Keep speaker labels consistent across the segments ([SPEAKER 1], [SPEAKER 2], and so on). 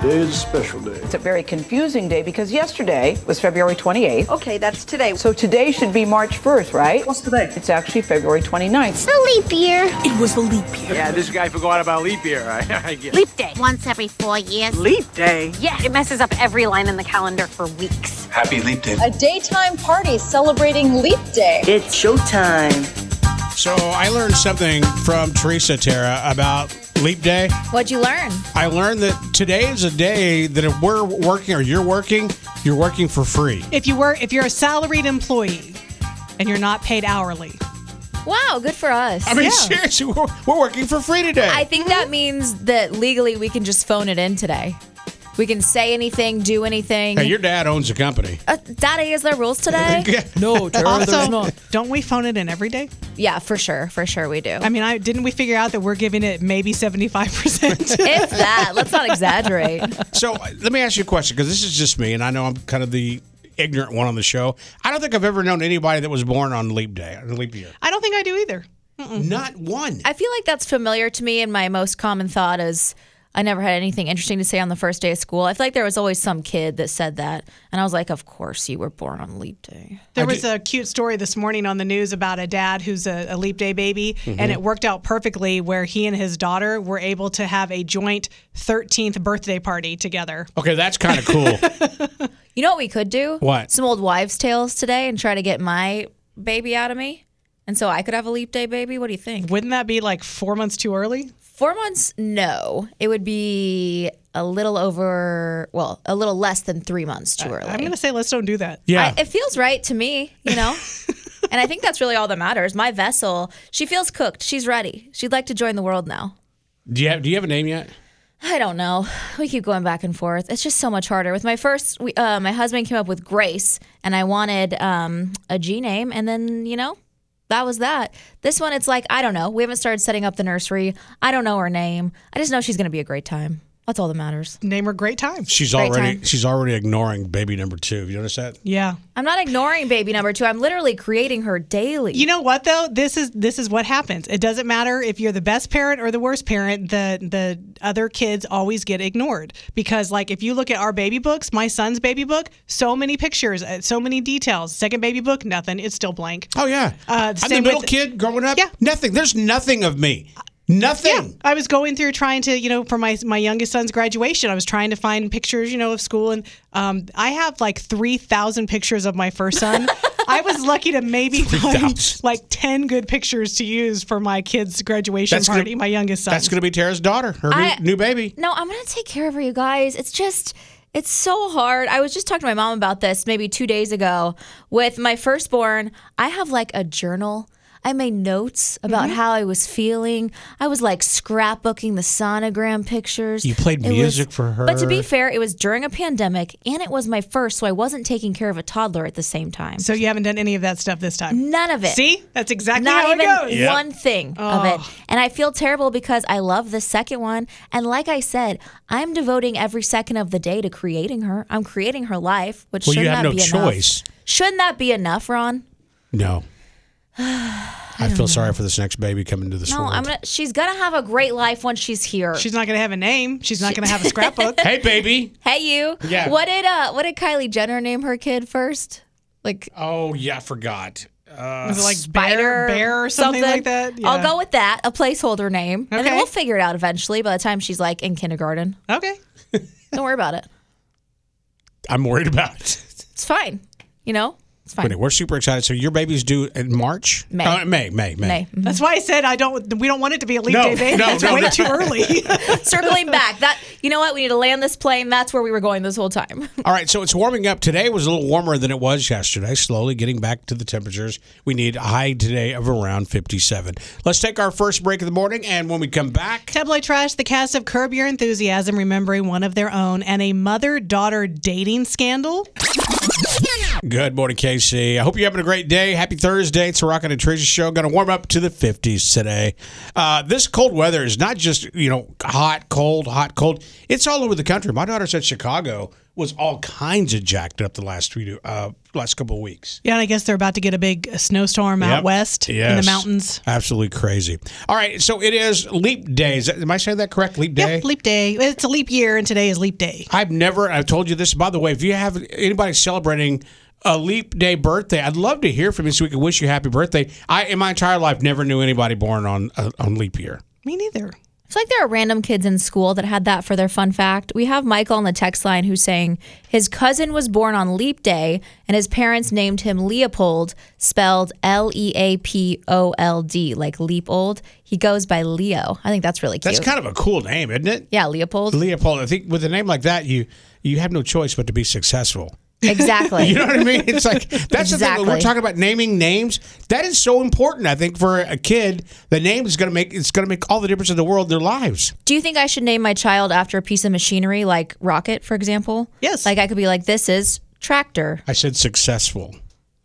[SPEAKER 1] Today is a special day.
[SPEAKER 2] It's a very confusing day because yesterday was February 28th.
[SPEAKER 3] Okay, that's today.
[SPEAKER 2] So today should be March 1st, right?
[SPEAKER 4] What's today?
[SPEAKER 2] It's actually February 29th.
[SPEAKER 5] The leap year.
[SPEAKER 6] It was the leap year.
[SPEAKER 7] Yeah, this guy forgot about leap year. I, I get
[SPEAKER 5] Leap day. Once every four years.
[SPEAKER 4] Leap day.
[SPEAKER 5] Yeah, it messes up every line in the calendar for weeks.
[SPEAKER 8] Happy leap day.
[SPEAKER 9] A daytime party celebrating leap day.
[SPEAKER 4] It's showtime.
[SPEAKER 10] So I learned something from Teresa Tara about leap day.
[SPEAKER 11] What'd you learn?
[SPEAKER 10] I learned that today is a day that if we're working or you're working, you're working for free.
[SPEAKER 12] If you were if you're a salaried employee and you're not paid hourly.
[SPEAKER 11] Wow, good for us.
[SPEAKER 10] I mean, seriously, we're, we're working for free today.
[SPEAKER 11] I think that means that legally we can just phone it in today. We can say anything, do anything.
[SPEAKER 10] hey, your dad owns a company.
[SPEAKER 11] uh, Daddy, is there rules today?
[SPEAKER 6] No, Tara, there's
[SPEAKER 12] Also,
[SPEAKER 6] not.
[SPEAKER 12] don't we phone it in every day?
[SPEAKER 11] yeah, for sure, for sure we do.
[SPEAKER 12] I mean, I didn't we figure out that we're giving it maybe 75%?
[SPEAKER 11] if that, let's not exaggerate.
[SPEAKER 10] So uh, let me ask you a question because this is just me, and I know I'm kind of the ignorant one on the show. I don't think I've ever known anybody that was born on leap day, on leap year.
[SPEAKER 12] I don't think I do either.
[SPEAKER 10] Not one.
[SPEAKER 11] Mm-hmm. I feel like that's familiar to me, and my most common thought is I never had anything interesting to say on the first day of school. I feel like there was always some kid that said that, and I was like, "Of course, you were born on leap day."
[SPEAKER 12] There was a cute story this morning on the news about a dad who's a, a leap day baby,
[SPEAKER 6] Mm-hmm.
[SPEAKER 12] and it worked out perfectly where he and his daughter were able to have a joint 13th birthday party together.
[SPEAKER 10] Okay, that's kind of cool.
[SPEAKER 11] You know what we could do?
[SPEAKER 10] What?
[SPEAKER 11] Some old wives' tales today, and try to get my baby out of me, and so I could have a leap day baby. What do you think?
[SPEAKER 12] Wouldn't that be like four months too early?
[SPEAKER 11] Four months? No, it would be a little over. Well, a little less than three months too early.
[SPEAKER 12] I'm going to say let's don't do that.
[SPEAKER 10] Uh, Yeah.
[SPEAKER 11] I, it feels right to me, you know? and I think that's really all that matters. My vessel, she feels cooked. She's ready. She'd like to join the world now.
[SPEAKER 10] do you have Do you have a name yet?
[SPEAKER 11] I don't know. We keep going back and forth. It's just so much harder. With my first, we, uh, my husband came up with Grace, and I wanted um, a G name, and then, you know, that was that. This one, it's like, I don't know. We haven't started setting up the nursery. I don't know her name. I just know she's going to be a great time. That's all that matters.
[SPEAKER 12] Name her Great Time.
[SPEAKER 10] She's
[SPEAKER 11] Great
[SPEAKER 10] already
[SPEAKER 11] time.
[SPEAKER 10] she's already ignoring baby number two. Have you noticed that?
[SPEAKER 12] Yeah.
[SPEAKER 11] I'm not ignoring baby number two. I'm literally creating her daily.
[SPEAKER 12] You know what though? This is this is what happens. It doesn't matter if you're the best parent or the worst parent. The the other kids always get ignored because like if you look at our baby books, my son's baby book, so many pictures, uh, so many details. Second baby book, nothing. It's still blank.
[SPEAKER 10] Oh yeah.
[SPEAKER 12] Uh,
[SPEAKER 10] I'm the
[SPEAKER 12] same
[SPEAKER 10] middle
[SPEAKER 12] with-
[SPEAKER 10] kid growing up.
[SPEAKER 12] Yeah.
[SPEAKER 10] Nothing. There's nothing of me. Nothing.
[SPEAKER 12] I was going through trying to, you know, for my my youngest son's graduation, I was trying to find pictures, you know, of school, and um, I have like three thousand pictures of my first son. I was lucky to maybe find
[SPEAKER 10] 3,000.
[SPEAKER 12] like ten good pictures to use for my kid's graduation
[SPEAKER 10] That's gonna-
[SPEAKER 12] party. my youngest son.
[SPEAKER 10] That's gonna be Tara's daughter, her
[SPEAKER 11] I-
[SPEAKER 10] new, new baby.
[SPEAKER 11] No, I'm gonna take care of her, you guys. It's just it's so hard. I was just talking to my mom about this maybe two days ago with my firstborn. I have like a journal. I made notes about
[SPEAKER 10] Mm-hmm.
[SPEAKER 11] how I was feeling. I was like scrapbooking the sonogram pictures.
[SPEAKER 10] You played
[SPEAKER 11] It was-
[SPEAKER 10] music for
[SPEAKER 11] But to be
[SPEAKER 10] her.
[SPEAKER 11] fair, it was during a pandemic and it was my first, so I wasn't taking care of a toddler at the same time.
[SPEAKER 12] so you haven't done any of that stuff this time.
[SPEAKER 11] None of it.
[SPEAKER 12] See, that's exactly how
[SPEAKER 11] Not
[SPEAKER 12] it goes. Oh.
[SPEAKER 11] even one thing of it. And I feel terrible because I love the second one. And like I said, I'm devoting every second of the day to creating her. I'm creating her life, which
[SPEAKER 10] Well, you
[SPEAKER 11] should
[SPEAKER 10] have
[SPEAKER 11] not
[SPEAKER 10] no
[SPEAKER 11] be
[SPEAKER 10] choice.
[SPEAKER 11] enough. Shouldn't that be enough, Ron?
[SPEAKER 10] No. I, feel sorry for this next baby coming to this
[SPEAKER 11] No,
[SPEAKER 10] world.
[SPEAKER 11] I'm gonna. She's gonna have a great life once she's here.
[SPEAKER 12] She's not gonna have a name. She's not gonna have a scrapbook.
[SPEAKER 10] hey, baby.
[SPEAKER 11] hey, you.
[SPEAKER 10] Yeah.
[SPEAKER 11] What did uh What did Kylie Jenner name her kid first? Like
[SPEAKER 10] Oh yeah, I forgot. Uh,
[SPEAKER 12] Was it like
[SPEAKER 11] Spider,
[SPEAKER 12] bear, bear or something, like that?
[SPEAKER 11] I'll
[SPEAKER 12] Yeah.
[SPEAKER 11] go with that, a placeholder name, and then
[SPEAKER 12] Okay.
[SPEAKER 11] we'll figure it out eventually. By the time she's like in kindergarten,
[SPEAKER 12] Okay.
[SPEAKER 11] don't worry about it.
[SPEAKER 10] I'm worried about it.
[SPEAKER 11] It's fine. You know, it's fine.
[SPEAKER 10] But we're super excited. So your baby's due in March.
[SPEAKER 11] May.
[SPEAKER 10] Uh, May. May. May.
[SPEAKER 11] Nay.
[SPEAKER 12] That's why I said I don't. We don't want it to be a leap
[SPEAKER 10] No,
[SPEAKER 12] day baby.
[SPEAKER 10] no,
[SPEAKER 12] That's
[SPEAKER 10] no,
[SPEAKER 12] way
[SPEAKER 10] no.
[SPEAKER 12] too early.
[SPEAKER 11] circling back. That you know what? We need to land this plane. That's where we were going this whole time.
[SPEAKER 10] All right. So it's warming up. Today was a little warmer than it was yesterday. Slowly getting back to the temperatures we need. A high today of around 57. Let's take our first break of the morning, and when we come back,
[SPEAKER 12] Tabloid Trash, the cast of Curb Your Enthusiasm, remembering one of their own and a mother daughter dating scandal.
[SPEAKER 10] good morning, KC. I hope you're having a great day. Happy Thursday. It's a Rocket and Tracy show. Going to warm up to the 50s today. Uh, this cold weather is not just you know hot, cold, hot, cold. It's all over the country. My daughter's at Chicago. was all kinds of jacked up the last three uh, last couple of weeks.
[SPEAKER 12] Yeah, and I guess they're about to get a big snowstorm out
[SPEAKER 10] Yep.
[SPEAKER 12] west in the
[SPEAKER 10] Yes.
[SPEAKER 12] mountains.
[SPEAKER 10] Absolutely crazy. All right, so it is leap day. Is that, am I saying that correct? Leap day.
[SPEAKER 12] Yep, leap day. It's a leap year, and today is leap day.
[SPEAKER 10] I've never. I've told you this. By the way, if you have anybody celebrating a leap day birthday, I'd love to hear from you so we can wish you happy birthday. I in my entire life never knew anybody born on uh, on leap year.
[SPEAKER 12] Me neither.
[SPEAKER 11] It's like there are random kids in school that had that for their fun fact. We have Michael on the text line who's saying his cousin was born on leap day and his parents named him Leopold, spelled L E A P O L D, like leap old. He goes by Leo. I think that's really cute.
[SPEAKER 10] That's kind of a cool name, isn't it?
[SPEAKER 11] yeah, Leopold.
[SPEAKER 10] Leopold. I think with a name like that, you you have no choice but to be successful.
[SPEAKER 11] exactly.
[SPEAKER 10] You know what I mean? It's like that's the thing. When we're
[SPEAKER 11] Exactly.
[SPEAKER 10] talking about naming names, that is so important. I think for a kid, the name is going to make it's going to make all the difference in the world in their lives.
[SPEAKER 11] Do you think I should name my child after a piece of machinery like rocket, for example?
[SPEAKER 12] Yes.
[SPEAKER 11] Like I could be like, this is tractor.
[SPEAKER 10] I said successful.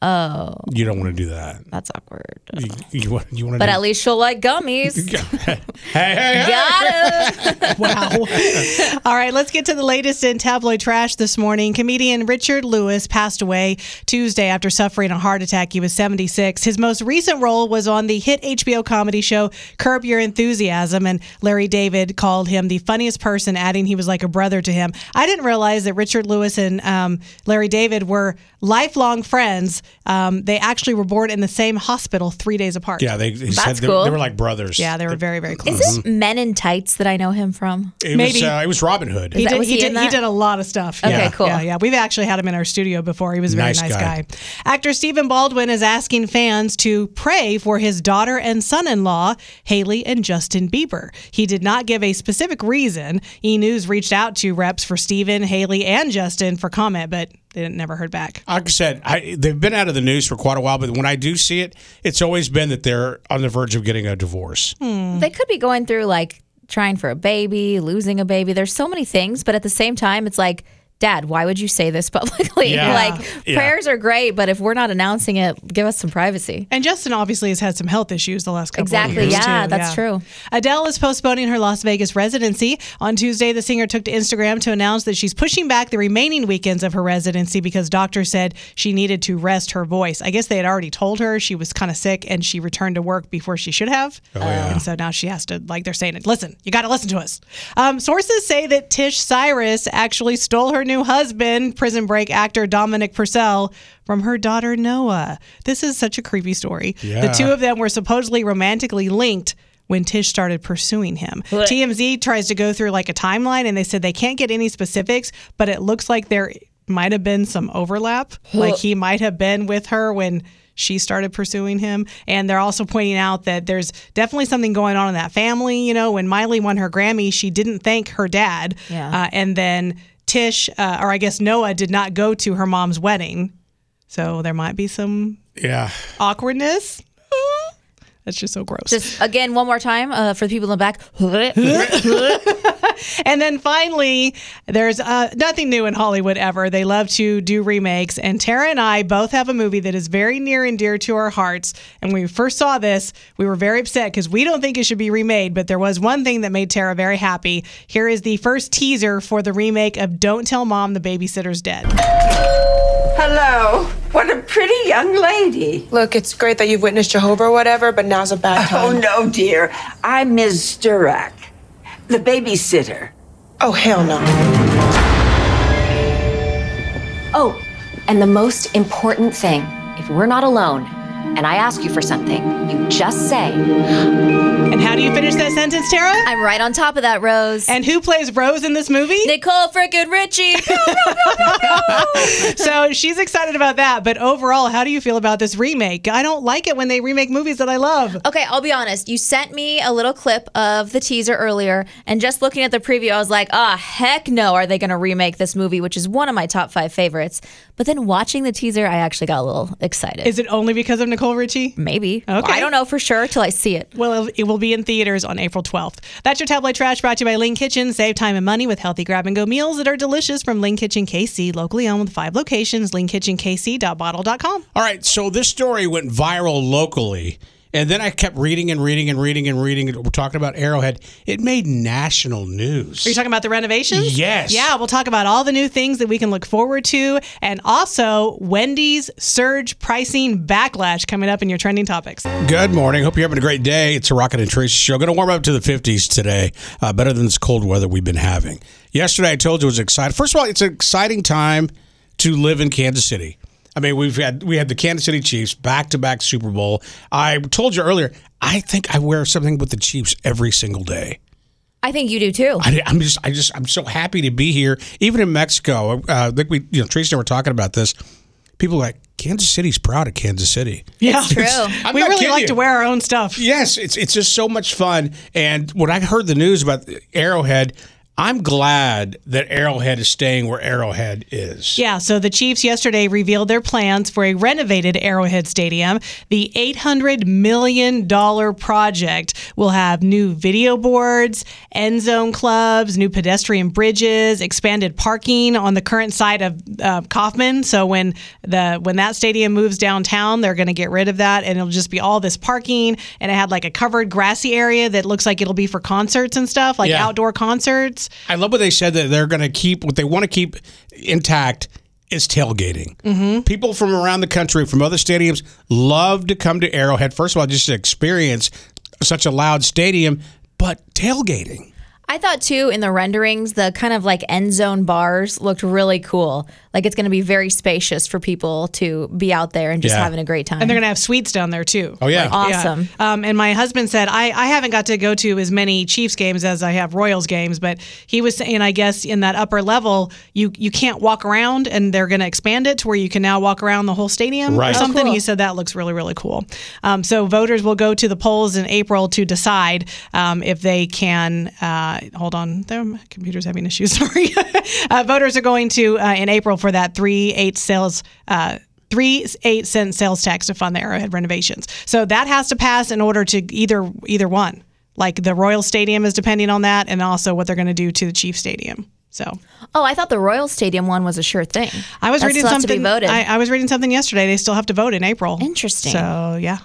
[SPEAKER 10] Oh, you don't want to do that.
[SPEAKER 11] That's awkward.
[SPEAKER 10] You, you want you want to.
[SPEAKER 11] But at least she'll like gummies.
[SPEAKER 10] hey, hey, hey.
[SPEAKER 11] Got him.
[SPEAKER 12] Wow. All right, let's get to the latest in tabloid trash this morning. Comedian Richard Lewis passed away Tuesday after suffering a heart attack. He was 76. His most recent role was on the hit HBO comedy show Curb Your Enthusiasm, and Larry David called him the funniest person, adding he was like a brother to him. I didn't realize that Richard Lewis and um, Larry David were lifelong friends. Um, they actually were born in the same hospital three days apart.
[SPEAKER 10] Yeah, they, he said
[SPEAKER 11] That's
[SPEAKER 10] they,
[SPEAKER 11] cool.
[SPEAKER 10] they were like brothers.
[SPEAKER 12] Yeah, they were very, very close.
[SPEAKER 11] Is this Men in Tights that I know him from?
[SPEAKER 10] it was
[SPEAKER 12] maybe.
[SPEAKER 10] uh, it was Robin Hood.
[SPEAKER 11] Is
[SPEAKER 12] He
[SPEAKER 11] that
[SPEAKER 12] did,
[SPEAKER 11] was
[SPEAKER 12] he,
[SPEAKER 11] he in
[SPEAKER 12] did, he
[SPEAKER 11] that?
[SPEAKER 12] did a lot of stuff.
[SPEAKER 11] Okay,
[SPEAKER 12] yeah.
[SPEAKER 11] cool.
[SPEAKER 12] Yeah, yeah. We've actually had him in our studio before. He was a very
[SPEAKER 10] Nice
[SPEAKER 12] nice,
[SPEAKER 10] guy.
[SPEAKER 12] guy. Actor Stephen Baldwin is asking fans to pray for his daughter and son in law, Haley and Justin Bieber. He did not give a specific reason. E News reached out to reps for Stephen, Haley, and Justin for comment, but they didn't, never heard back.
[SPEAKER 10] Like I said, I, they've been out of the news for quite a while, but when I do see it, it's always been that they're on the verge of getting a divorce.
[SPEAKER 11] They could be going through like trying for a baby, losing a baby. There's so many things, but at the same time, it's like, Dad, why would you say this publicly?
[SPEAKER 10] Yeah.
[SPEAKER 11] like,
[SPEAKER 10] Yeah.
[SPEAKER 11] prayers are great, but if we're not announcing it, give us some privacy.
[SPEAKER 12] And Justin obviously has had some health issues the last couple
[SPEAKER 11] Exactly,
[SPEAKER 12] of years.
[SPEAKER 11] yeah,
[SPEAKER 12] too.
[SPEAKER 11] that's true.
[SPEAKER 12] Adele is postponing her Las Vegas residency. On Tuesday, the singer took to Instagram to announce that she's pushing back the remaining weekends of her residency because doctors said she needed to rest her voice. I guess they had already told her she was kind of sick and she returned to work before she should have. Oh, yeah. And so now she has to, like, they're saying, listen, you got to listen to us. Um, sources say that Tish Cyrus actually stole her new husband, prison break actor Dominic Purcell, from her daughter Noah. This is such a creepy story. The
[SPEAKER 10] Yeah.
[SPEAKER 12] two of them were supposedly romantically linked when Tish started pursuing him. TMZ tries to go through like a timeline and they said they can't get any specifics, but it looks like there might have been some overlap. Like he might have been with her when she started pursuing him. And they're also pointing out that there's definitely something going on in that family. You know, when Miley won her Grammy, she didn't thank her dad.
[SPEAKER 11] Yeah.
[SPEAKER 12] Uh, and then Tish, uh, or I guess Noah, did not go to her mom's wedding. So there might be some
[SPEAKER 10] Yeah.
[SPEAKER 12] awkwardness. That's just so gross.
[SPEAKER 11] Just again, one more time uh, for the people in the back.
[SPEAKER 12] and then finally, there's uh, nothing new in Hollywood ever. They love to do remakes. And Tara and I both have a movie that is very near and dear to our hearts. And when we first saw this, we were very upset because we don't think it should be remade. But there was one thing that made Tara very happy. Here is the first teaser for the remake of Don't Tell Mom the Babysitter's Dead.
[SPEAKER 1] Hello. What a pretty young lady.
[SPEAKER 3] Look, it's great that you've witnessed Jehovah or whatever, but now's a bad
[SPEAKER 1] Oh,
[SPEAKER 3] time.
[SPEAKER 1] no, dear. I'm Ms. Durack, the babysitter.
[SPEAKER 3] Oh, hell no.
[SPEAKER 8] Oh, and the most important thing if we're not alone and I ask you for something, you just say,
[SPEAKER 12] And how do you finish that sentence, Tara?
[SPEAKER 11] I'm right on top of that, Rose.
[SPEAKER 12] And who plays Rose in this movie?
[SPEAKER 11] Nicole freaking Richie.
[SPEAKER 12] so she's excited about that. But overall, how do you feel about this remake? I don't like it when they remake movies that I love.
[SPEAKER 11] okay, I'll be honest. You sent me a little clip of the teaser earlier, and just looking at the preview, I was like, ah, heck no, are they going to remake this movie, which is one of my top five favorites. But then watching the teaser, I actually got a little excited.
[SPEAKER 12] Is it only because of Nicole Richie?
[SPEAKER 11] Maybe.
[SPEAKER 12] Okay.
[SPEAKER 11] I don't know for sure till I see it.
[SPEAKER 12] Well, it will be in theaters on April 12th. That's your tabloid trash brought to you by Lean Kitchen. Save time and money with healthy grab and go meals that are delicious from Lean Kitchen KC, locally owned with five locations, leankitchenkc.bottle.com.
[SPEAKER 10] All right, so this story went viral locally, And then I kept reading and reading and reading and reading. We're talking about Arrowhead. It made national news.
[SPEAKER 12] Are you talking about the renovations?
[SPEAKER 10] Yes.
[SPEAKER 12] Yeah, we'll talk about all the new things that we can look forward to and also Wendy's surge pricing backlash coming up in your trending topics.
[SPEAKER 10] Good morning. Hope you're having a great day. It's a Rocket and Tracy show. Going to warm up to the 50s today. Uh, better than this cold weather we've been having. Yesterday, I told you it was exciting. First of all, it's an exciting time to live in Kansas City. I mean, we've had we had the Kansas City Chiefs back to back Super Bowl. I told you earlier. I think I wear something with the Chiefs every single day.
[SPEAKER 11] I think you do too.
[SPEAKER 10] I, am just, I just, I'm so happy to be here. Even in Mexico, uh, like we, you know, Tracy and I were talking about this. People are like Kansas City's proud of Kansas City.
[SPEAKER 12] Yeah,
[SPEAKER 11] true.
[SPEAKER 10] I'm
[SPEAKER 12] we
[SPEAKER 10] not
[SPEAKER 12] really
[SPEAKER 10] kidding
[SPEAKER 12] like
[SPEAKER 10] you.
[SPEAKER 12] to wear our own stuff.
[SPEAKER 10] Yes, it's it's just so much fun. And when I heard the news about Arrowhead, I'm glad that Arrowhead is staying where Arrowhead is.
[SPEAKER 12] Yeah, so the Chiefs yesterday revealed their plans for a renovated Arrowhead Stadium. The $800 million project will have new video boards, end zone clubs, new pedestrian bridges, expanded parking on the current site of uh, Kaufman. So when the when that stadium moves downtown, they're going to get rid of that and it'll just be all this parking and it had like a covered grassy area that looks like it'll be for concerts and stuff, like
[SPEAKER 10] Yeah.
[SPEAKER 12] outdoor concerts.
[SPEAKER 10] I love what they said that they're going to keep what they want to keep intact is tailgating. Mm-hmm. People from around the country, from other stadiums, love to come to Arrowhead. First of all, just to experience such a loud stadium, but tailgating.
[SPEAKER 11] I thought too in the renderings, the kind of like end zone bars looked really cool. Like it's going to be very spacious for people to be out there and just
[SPEAKER 10] Yeah.
[SPEAKER 11] having a great time.
[SPEAKER 12] And they're going to have suites down there too.
[SPEAKER 10] Oh yeah,
[SPEAKER 12] Yeah.
[SPEAKER 11] awesome.
[SPEAKER 12] Um, and my husband said, I, I haven't got to go to as many Chiefs games as I have Royals games, but he was saying, I guess in that upper level, you, you can't walk around and they're going to expand it to where you can now walk around the whole stadium
[SPEAKER 10] Right.
[SPEAKER 12] or
[SPEAKER 10] Oh,
[SPEAKER 12] something.
[SPEAKER 11] cool.
[SPEAKER 12] He said that looks really, really cool. Um, so voters will go to the polls in April to decide um, if they can, uh, hold on, there, my computer's having issues, sorry. uh, voters are going to, uh, in April for that 3-8 sales, uh, three eight cent sales tax to fund the Arrowhead renovations. So that has to pass in order to either either one. Like the Royal Stadium is depending on that, and also what they're going to do to the Chief Stadium. So
[SPEAKER 11] oh, I thought the Royal Stadium one was a sure thing.
[SPEAKER 12] I was
[SPEAKER 11] That
[SPEAKER 12] reading
[SPEAKER 11] still has
[SPEAKER 12] something.
[SPEAKER 11] to be voted.
[SPEAKER 12] I, I was reading something yesterday. They still have to vote in April.
[SPEAKER 11] Interesting.
[SPEAKER 12] So yeah,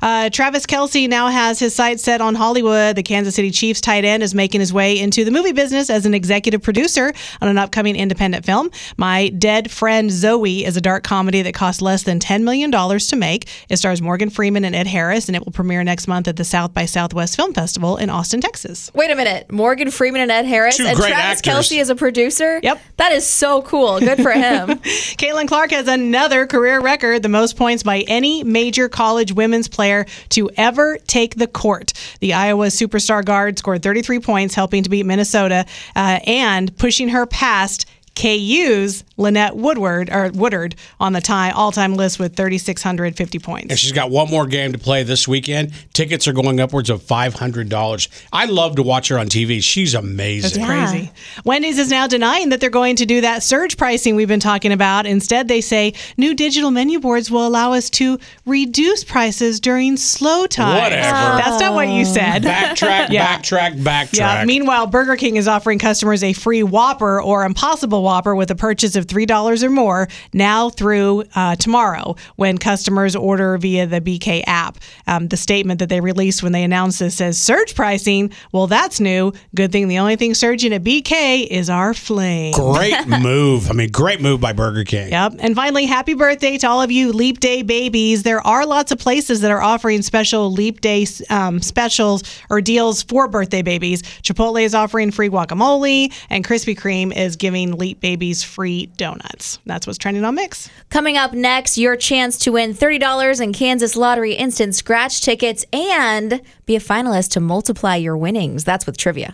[SPEAKER 12] uh, Travis Kelsey now has his sights set on Hollywood. The Kansas City Chiefs tight end is making his way into the movie business as an executive producer on an upcoming independent film. My Dead Friend Zoe is a dark comedy that cost less than ten million dollars to make. It stars Morgan Freeman and Ed Harris, and it will premiere next month at the South by Southwest Film Festival in Austin, Texas.
[SPEAKER 11] Wait a minute, Morgan Freeman and Ed Harris,
[SPEAKER 10] Two
[SPEAKER 11] and
[SPEAKER 10] great
[SPEAKER 11] Travis
[SPEAKER 10] actors.
[SPEAKER 11] Kelsey is a producer.
[SPEAKER 12] Yep.
[SPEAKER 11] that is so cool. Good for him.
[SPEAKER 12] Caitlin Clark has another career record, the most points by any major college women's player to ever take the court. The Iowa superstar guard scored 33 points, helping to beat Minnesota uh, and pushing her past. KU's Lynette Woodward or Woodard on the tie all-time list with 3650 points.
[SPEAKER 10] And she's got one more game to play this weekend. Tickets are going upwards of five hundred dollars. I love to watch her on TV. She's amazing.
[SPEAKER 11] Yeah.
[SPEAKER 12] crazy. Wendy's is now denying that they're going to do that surge pricing we've been talking about. Instead, they say new digital menu boards will allow us to reduce prices during slow times.
[SPEAKER 10] Whatever.
[SPEAKER 12] That's not what you said.
[SPEAKER 10] Backtrack,
[SPEAKER 12] Yeah.
[SPEAKER 10] backtrack, backtrack.
[SPEAKER 12] Yeah. Meanwhile, Burger King is offering customers a free Whopper or Impossible Whopper with a purchase of three dollars or more now through uh, tomorrow when customers order via the BK app. Um, the statement that they released when they announced this says surge pricing. Well, that's new. Good thing the only thing surging at BK is our flame.
[SPEAKER 10] Great move. I mean, great move by Burger King.
[SPEAKER 12] Yep. And finally, happy birthday to all of you Leap Day babies. There are lots of places that are offering special Leap Day um, specials or deals for birthday babies. Chipotle is offering free guacamole, and Krispy Kreme is giving Leap babies free donuts. That's what's trending on Mix.
[SPEAKER 11] Coming up next, your chance to win $30 in Kansas Lottery instant scratch tickets and be a finalist to multiply your winnings. That's with trivia.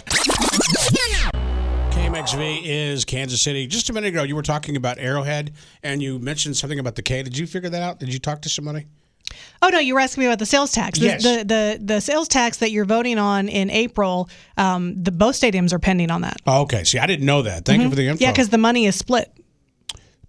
[SPEAKER 10] KMXV is Kansas City. Just a minute ago, you were talking about Arrowhead, and you mentioned something about the K. Did you figure that out? Did you talk to somebody?
[SPEAKER 12] Oh no, you were asking me about the sales tax. The,
[SPEAKER 10] Yes.
[SPEAKER 12] the, the the sales tax that you're voting on in April. Um, the both stadiums are pending on that. Mm-hmm.
[SPEAKER 10] Oh, okay. See, I didn't know that. Thank you for the info.
[SPEAKER 12] Yeah, because the money is split.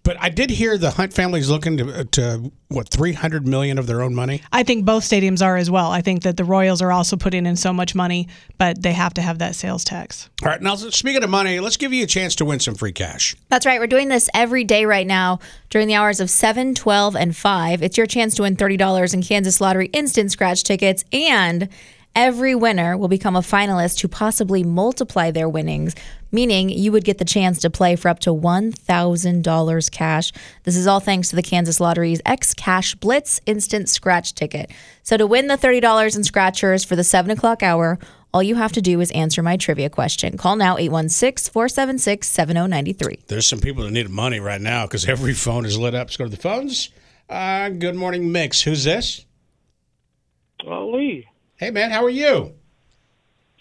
[SPEAKER 10] But I did hear the Hunt family's looking to, uh, to what three hundred million of their own money.
[SPEAKER 12] I think both stadiums are as well. I think that the Royals are also putting in so much money, but they have to have that sales tax.
[SPEAKER 10] All right, now speaking of money, let's give you a chance to win some free cash.
[SPEAKER 11] That's right. We're doing this every day right now during the hours of 7, 12, and 5. It's your chance to win $30 in Kansas Lottery instant scratch tickets. And every winner will become a finalist to possibly multiply their winnings, meaning you would get the chance to play for up to $1,000 cash. This is all thanks to the Kansas Lottery's X Cash Blitz instant scratch ticket. So to win the $30 in scratchers for the 7 o'clock hour, all you have to do is answer my trivia question. Call now 816 476 7093.
[SPEAKER 10] There's some people that need money right now because every phone is lit up. Let's go to the phones. Uh, good morning, Mix. Who's this?
[SPEAKER 13] Oh, Lee.
[SPEAKER 10] Hey, man, how are you?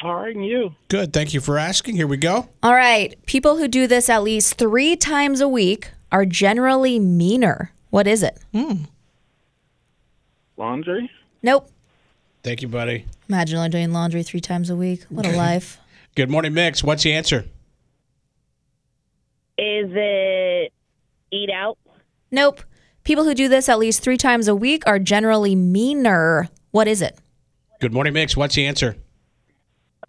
[SPEAKER 13] All right, and you?
[SPEAKER 10] Good. Thank you for asking. Here we go.
[SPEAKER 11] All right. People who do this at least three times a week are generally meaner. What is it?
[SPEAKER 13] Laundry?
[SPEAKER 11] Nope.
[SPEAKER 10] Thank you, buddy.
[SPEAKER 11] Imagine only doing laundry three times a week. What a life.
[SPEAKER 10] Good morning, Mix. What's the answer?
[SPEAKER 14] Is it eat out?
[SPEAKER 11] Nope. People who do this at least three times a week are generally meaner. What is it?
[SPEAKER 10] Good morning, Mix. What's the answer?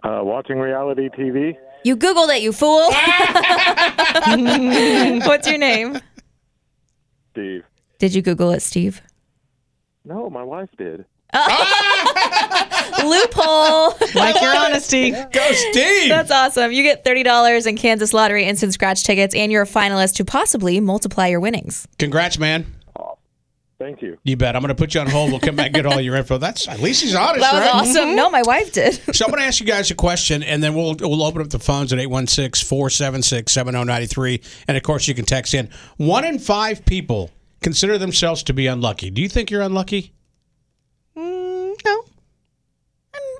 [SPEAKER 13] Uh, watching reality TV?
[SPEAKER 11] You Googled it, you fool. What's your name?
[SPEAKER 13] Steve.
[SPEAKER 11] Did you Google it, Steve?
[SPEAKER 13] No, my wife did.
[SPEAKER 11] Loophole.
[SPEAKER 12] Like your honesty.
[SPEAKER 10] Go, Oh, Steve.
[SPEAKER 11] That's awesome. You get $30 in Kansas Lottery instant scratch tickets, and you're a finalist to possibly multiply your winnings.
[SPEAKER 10] Congrats, man.
[SPEAKER 13] Thank you.
[SPEAKER 10] You bet. I'm going to put you on hold. We'll come back and get all your info. That's at least he's honest,
[SPEAKER 11] that was
[SPEAKER 10] right? Mm-hmm.
[SPEAKER 11] awesome. No, my wife did.
[SPEAKER 10] So I'm going to ask you guys a question, and then we'll we'll open up the phones at 816-476-7093. And of course, you can text in. One in five people consider themselves to be unlucky. Do you think you're unlucky?
[SPEAKER 12] Mm, no.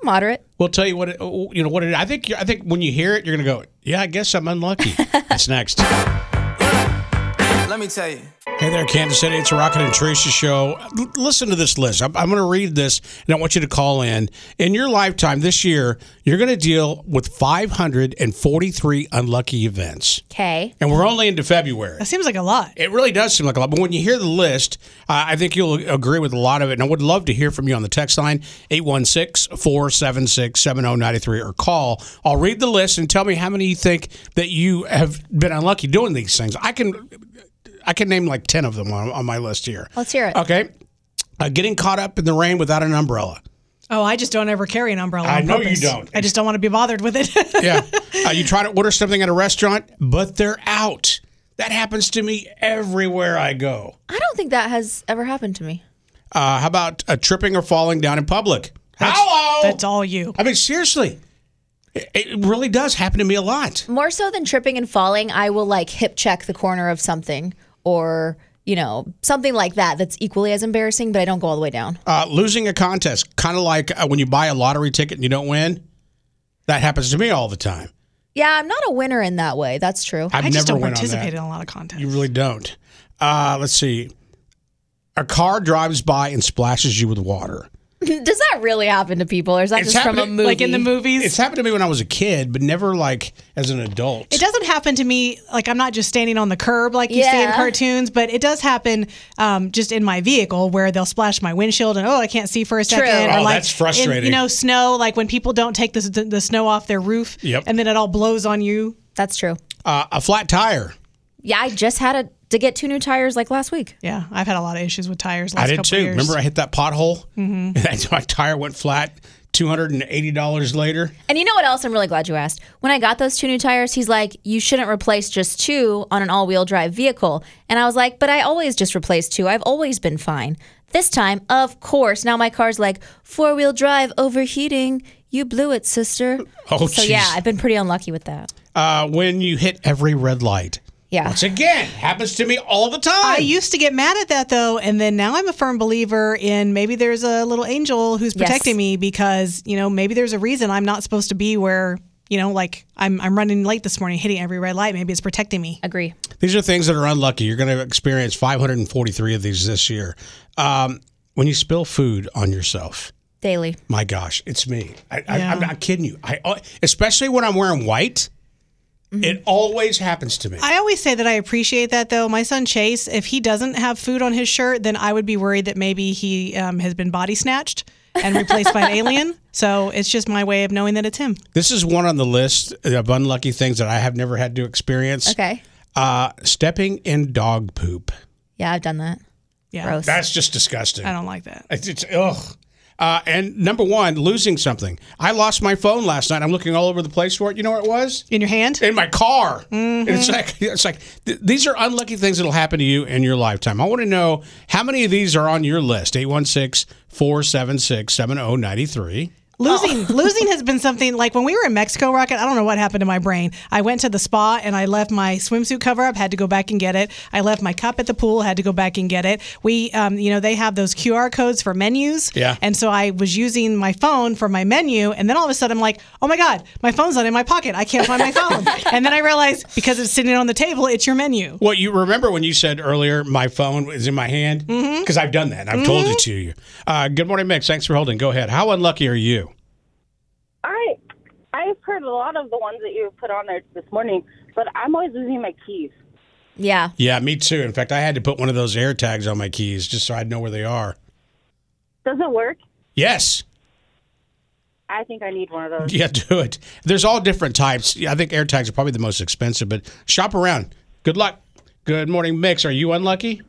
[SPEAKER 11] Moderate.
[SPEAKER 10] We'll tell you what it, oh, you know. What it, I think. you- I think when you hear it, you're going to go, "Yeah, I guess I'm unlucky." That's next.
[SPEAKER 15] Let me tell you.
[SPEAKER 10] Hey there, Kansas City. It's Rocket and Teresa show. L- listen to this list. I'm, I'm going to read this, and I want you to call in. In your lifetime this year, you're going to deal with 543 unlucky events,
[SPEAKER 11] Okay.
[SPEAKER 10] and we're only into February.
[SPEAKER 12] That seems like a lot.
[SPEAKER 10] It really does seem like a lot, but when you hear the list, uh, I think you'll agree with a lot of it. And I would love to hear from you on the text line, 816 476 7093, or call. I'll read the list and tell me how many you think that you have been unlucky doing these things. I can. I can name like 10 of them on, on my list here.
[SPEAKER 11] Let's hear it.
[SPEAKER 10] Okay. Uh, getting caught up in the rain without an umbrella.
[SPEAKER 12] Oh, I just don't ever carry an umbrella.
[SPEAKER 10] I
[SPEAKER 12] on
[SPEAKER 10] know you
[SPEAKER 12] purpose.
[SPEAKER 10] don't.
[SPEAKER 12] I just don't want to be bothered with it.
[SPEAKER 10] yeah. Uh, you try to order something at a restaurant, but they're out. That happens to me everywhere I go.
[SPEAKER 11] I don't think that has ever happened to me.
[SPEAKER 10] Uh, how about uh, tripping or falling down in public? Hello. That's
[SPEAKER 12] all you.
[SPEAKER 10] I mean, seriously, it, it really does happen to me a lot.
[SPEAKER 11] More so than tripping and falling, I will like hip check the corner of something or, you know, something like that that's equally as embarrassing, but I don't go all the way down.
[SPEAKER 10] Uh, losing a contest, kind of like uh, when you buy a lottery ticket and you don't win. That happens to me all the time.
[SPEAKER 11] Yeah, I'm not a winner in that way. That's true.
[SPEAKER 10] I've never went on that.
[SPEAKER 12] a lot of contests.
[SPEAKER 10] You really don't. Uh, let's see. A car drives by and splashes you with water.
[SPEAKER 11] Does that really happen to people, or is that
[SPEAKER 10] It's
[SPEAKER 11] just from a
[SPEAKER 10] happened-
[SPEAKER 11] movie?
[SPEAKER 12] movies.
[SPEAKER 10] It's happened to me when I was a kid, but never like as an adult.
[SPEAKER 12] It doesn't happen to me. Like I'm not just standing on the curb like you see in
[SPEAKER 10] Yeah.
[SPEAKER 12] cartoons, but it does happen um, just in my vehicle where they'll splash my windshield and oh I can't see for a second.
[SPEAKER 10] True.
[SPEAKER 12] Or
[SPEAKER 10] Oh,
[SPEAKER 12] like
[SPEAKER 10] that's
[SPEAKER 12] in,
[SPEAKER 10] frustrating.
[SPEAKER 12] you know, snow like when people don't take the, the, the snow off their roof.
[SPEAKER 10] Yep.
[SPEAKER 12] And then it all blows on you.
[SPEAKER 11] That's true.
[SPEAKER 10] Uh, a flat tire.
[SPEAKER 11] Yeah, I just had a, to get two new tires like last week.
[SPEAKER 12] Yeah, I've had a lot of issues with tires.
[SPEAKER 10] I did too. Remember, I hit that pothole. And my tire went flat. Two hundred and eighty dollars later.
[SPEAKER 11] And you know what else? I'm really glad you asked. When I got those two new tires, he's like, "You shouldn't replace just two on an all-wheel drive vehicle." And I was like, "But I always just replace two. I've always been fine." This time, of course, now my car's like four-wheel drive overheating. You blew it, sister.
[SPEAKER 10] Oh,
[SPEAKER 11] so yeah,
[SPEAKER 10] jeez.
[SPEAKER 11] I've been pretty unlucky with that.
[SPEAKER 10] Uh, when you hit every red light.
[SPEAKER 11] Yeah.
[SPEAKER 10] Once again, happens to me all the time.
[SPEAKER 12] I used to get mad at that though, and then now I'm a firm believer in maybe there's a little angel who's
[SPEAKER 11] Yes.
[SPEAKER 12] protecting me because you know maybe there's a reason I'm not supposed to be where you know like I'm I'm running late this morning, hitting every red light. Maybe it's protecting me.
[SPEAKER 11] Agree.
[SPEAKER 10] These are things that are unlucky. You're going to experience 543 of these this year. Um, when you spill food on yourself.
[SPEAKER 11] Daily.
[SPEAKER 10] My gosh, it's me. I, I,
[SPEAKER 11] Yeah.
[SPEAKER 10] uh, I'm not kidding you. I especially when I'm wearing white. It always happens to me.
[SPEAKER 12] I always say that I appreciate that, though. My son Chase, if he doesn't have food on his shirt, then I would be worried that maybe he um, has been body snatched and replaced by an alien. So it's just my way of knowing that it's him.
[SPEAKER 10] This is one on the list of unlucky things that I have never had to experience.
[SPEAKER 11] Okay.
[SPEAKER 10] Uh, stepping in dog poop.
[SPEAKER 11] Yeah, I've done that. Yeah. Gross.
[SPEAKER 10] That's just disgusting.
[SPEAKER 12] I don't like that.
[SPEAKER 10] It's, it's ugh. Uh, and number one, losing something. I lost my phone last night. I'm looking all over the place for it. You know where it was?
[SPEAKER 12] In your hand?
[SPEAKER 10] In my car.
[SPEAKER 12] Mm-hmm.
[SPEAKER 10] And it's like it's like th- these are unlucky things that'll happen to you in your lifetime. I want to know how many of these are on your list. 816-476-7093.
[SPEAKER 12] Losing losing has been something like when we were in Mexico, Rocket. I don't know what happened to my brain. I went to the spa and I left my swimsuit cover up. Had to go back and get it. I left my cup at the pool. Had to go back and get it. We, um, you know, they have those QR codes for menus.
[SPEAKER 10] Yeah.
[SPEAKER 12] And so I was using my phone for my menu, and then all of a sudden I'm like, oh my god, my phone's not in my pocket. I can't find my phone. and then I realized because it's sitting on the table, it's your menu.
[SPEAKER 10] Well, you remember when you said earlier, my phone is in my hand?
[SPEAKER 12] Mm-hmm.
[SPEAKER 10] Because I've done that. and I've told it to you. Uh, good morning, Mix. Thanks for holding. Go ahead. How unlucky are you?
[SPEAKER 14] I I've heard a lot of the ones that you put on there this morning, but I'm always losing my keys.
[SPEAKER 11] Yeah.
[SPEAKER 10] Yeah, me too. In fact, I had to put one of those air tags on my keys just so I'd know where they are.
[SPEAKER 14] Does it work?
[SPEAKER 10] Yes.
[SPEAKER 14] I think I need one of those.
[SPEAKER 10] Yeah, do it. There's all different types. Yeah, I think air tags are probably the most expensive, but shop around. Good luck. Good morning, Mix. Are you unlucky?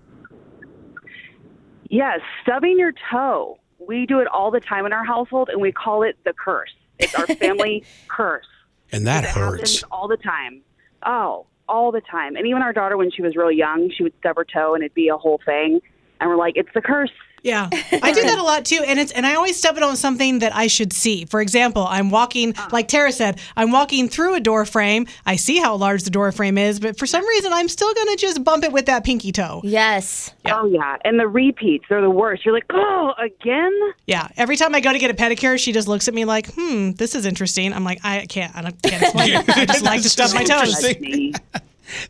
[SPEAKER 16] Yes, stubbing your toe. We do it all the time in our household, and we call it the curse. It's our family curse.
[SPEAKER 10] And that
[SPEAKER 16] Happens
[SPEAKER 10] hurts.
[SPEAKER 16] all the time. Oh, all the time. And even our daughter, when she was real young, she would stub her toe, and it'd be a whole thing. And we're like, it's the curse.
[SPEAKER 12] Yeah, I do that a lot too, and it's and I always step it on something that I should see. For example, I'm walking, like Tara said, I'm walking through a door frame. I see how large the door frame is, but for some reason, I'm still gonna just bump it with that pinky toe.
[SPEAKER 11] Yes.
[SPEAKER 16] Oh yeah, and the repeats, they're the worst. You're like, oh, again?
[SPEAKER 12] Yeah. Every time I go to get a pedicure, she just looks at me like, "Hmm, this is interesting." I'm like, "I can't, I don't, can't explain. it. I just like to stub my toes."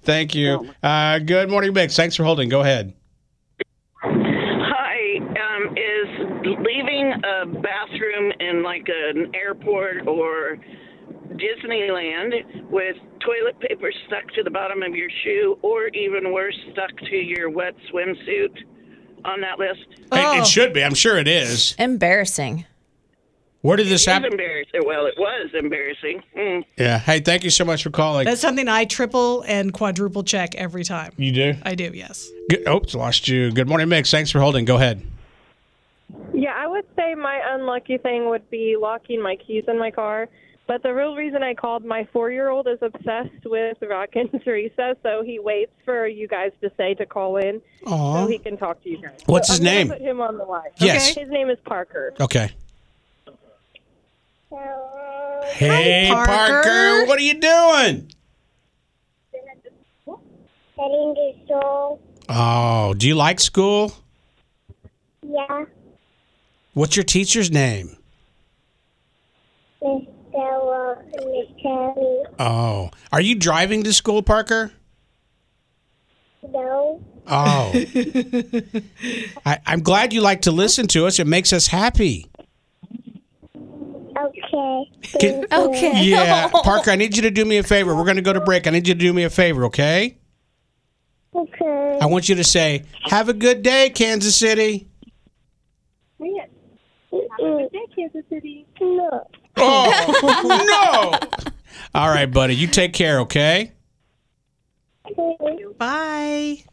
[SPEAKER 10] Thank you. Uh, good morning, Mix. Thanks for holding. Go ahead.
[SPEAKER 17] Hi, um, is leaving a bathroom in like an airport or Disneyland with toilet paper stuck to the bottom of your shoe, or even worse, stuck to your wet swimsuit on that list?
[SPEAKER 12] Oh,
[SPEAKER 10] It, it should be. I'm sure it is.
[SPEAKER 11] Embarrassing.
[SPEAKER 10] Where did this
[SPEAKER 17] It is
[SPEAKER 10] happen?
[SPEAKER 17] embarrassing. Well, it was embarrassing. Mm.
[SPEAKER 10] Yeah. Hey, thank you so much for calling.
[SPEAKER 12] That's something I triple and quadruple check every time.
[SPEAKER 10] you do?
[SPEAKER 12] I do, yes.
[SPEAKER 10] Good, oops, lost you. Good morning, Mix. Thanks for holding. Go ahead.
[SPEAKER 18] Yeah, I would say my unlucky thing would be locking my keys in my car. But the real reason I called my four year old is obsessed with Rock and Teresa, so he waits for you guys to say to call in
[SPEAKER 10] Aw.
[SPEAKER 18] so he can talk to you guys.
[SPEAKER 10] What's
[SPEAKER 18] So
[SPEAKER 10] his
[SPEAKER 18] I'm gonna
[SPEAKER 10] name?
[SPEAKER 18] Put him on the line.
[SPEAKER 10] Yes.
[SPEAKER 18] His name is Parker.
[SPEAKER 10] Okay. Hey, Parker.
[SPEAKER 18] Parker.
[SPEAKER 10] What are you doing?
[SPEAKER 19] Getting to school.
[SPEAKER 10] Oh, do you like school?
[SPEAKER 19] Yeah.
[SPEAKER 10] What's your teacher's name?
[SPEAKER 19] Miss Stella and Miss Tammy.
[SPEAKER 10] Oh, are you driving to school, Parker?
[SPEAKER 19] No.
[SPEAKER 10] Oh, I, I'm glad you like to listen to us. It makes us happy.
[SPEAKER 19] Okay.
[SPEAKER 10] Can-
[SPEAKER 19] Okay.
[SPEAKER 10] Yeah, Parker, I need you to do me a favor. We're going to go to break. I need you to do me a favor, okay?
[SPEAKER 19] Okay.
[SPEAKER 10] I want you to say, "Have a good day, Kansas City."
[SPEAKER 19] Kansas City. No.
[SPEAKER 10] Oh no! All right, buddy. You take care, okay?
[SPEAKER 12] Bye.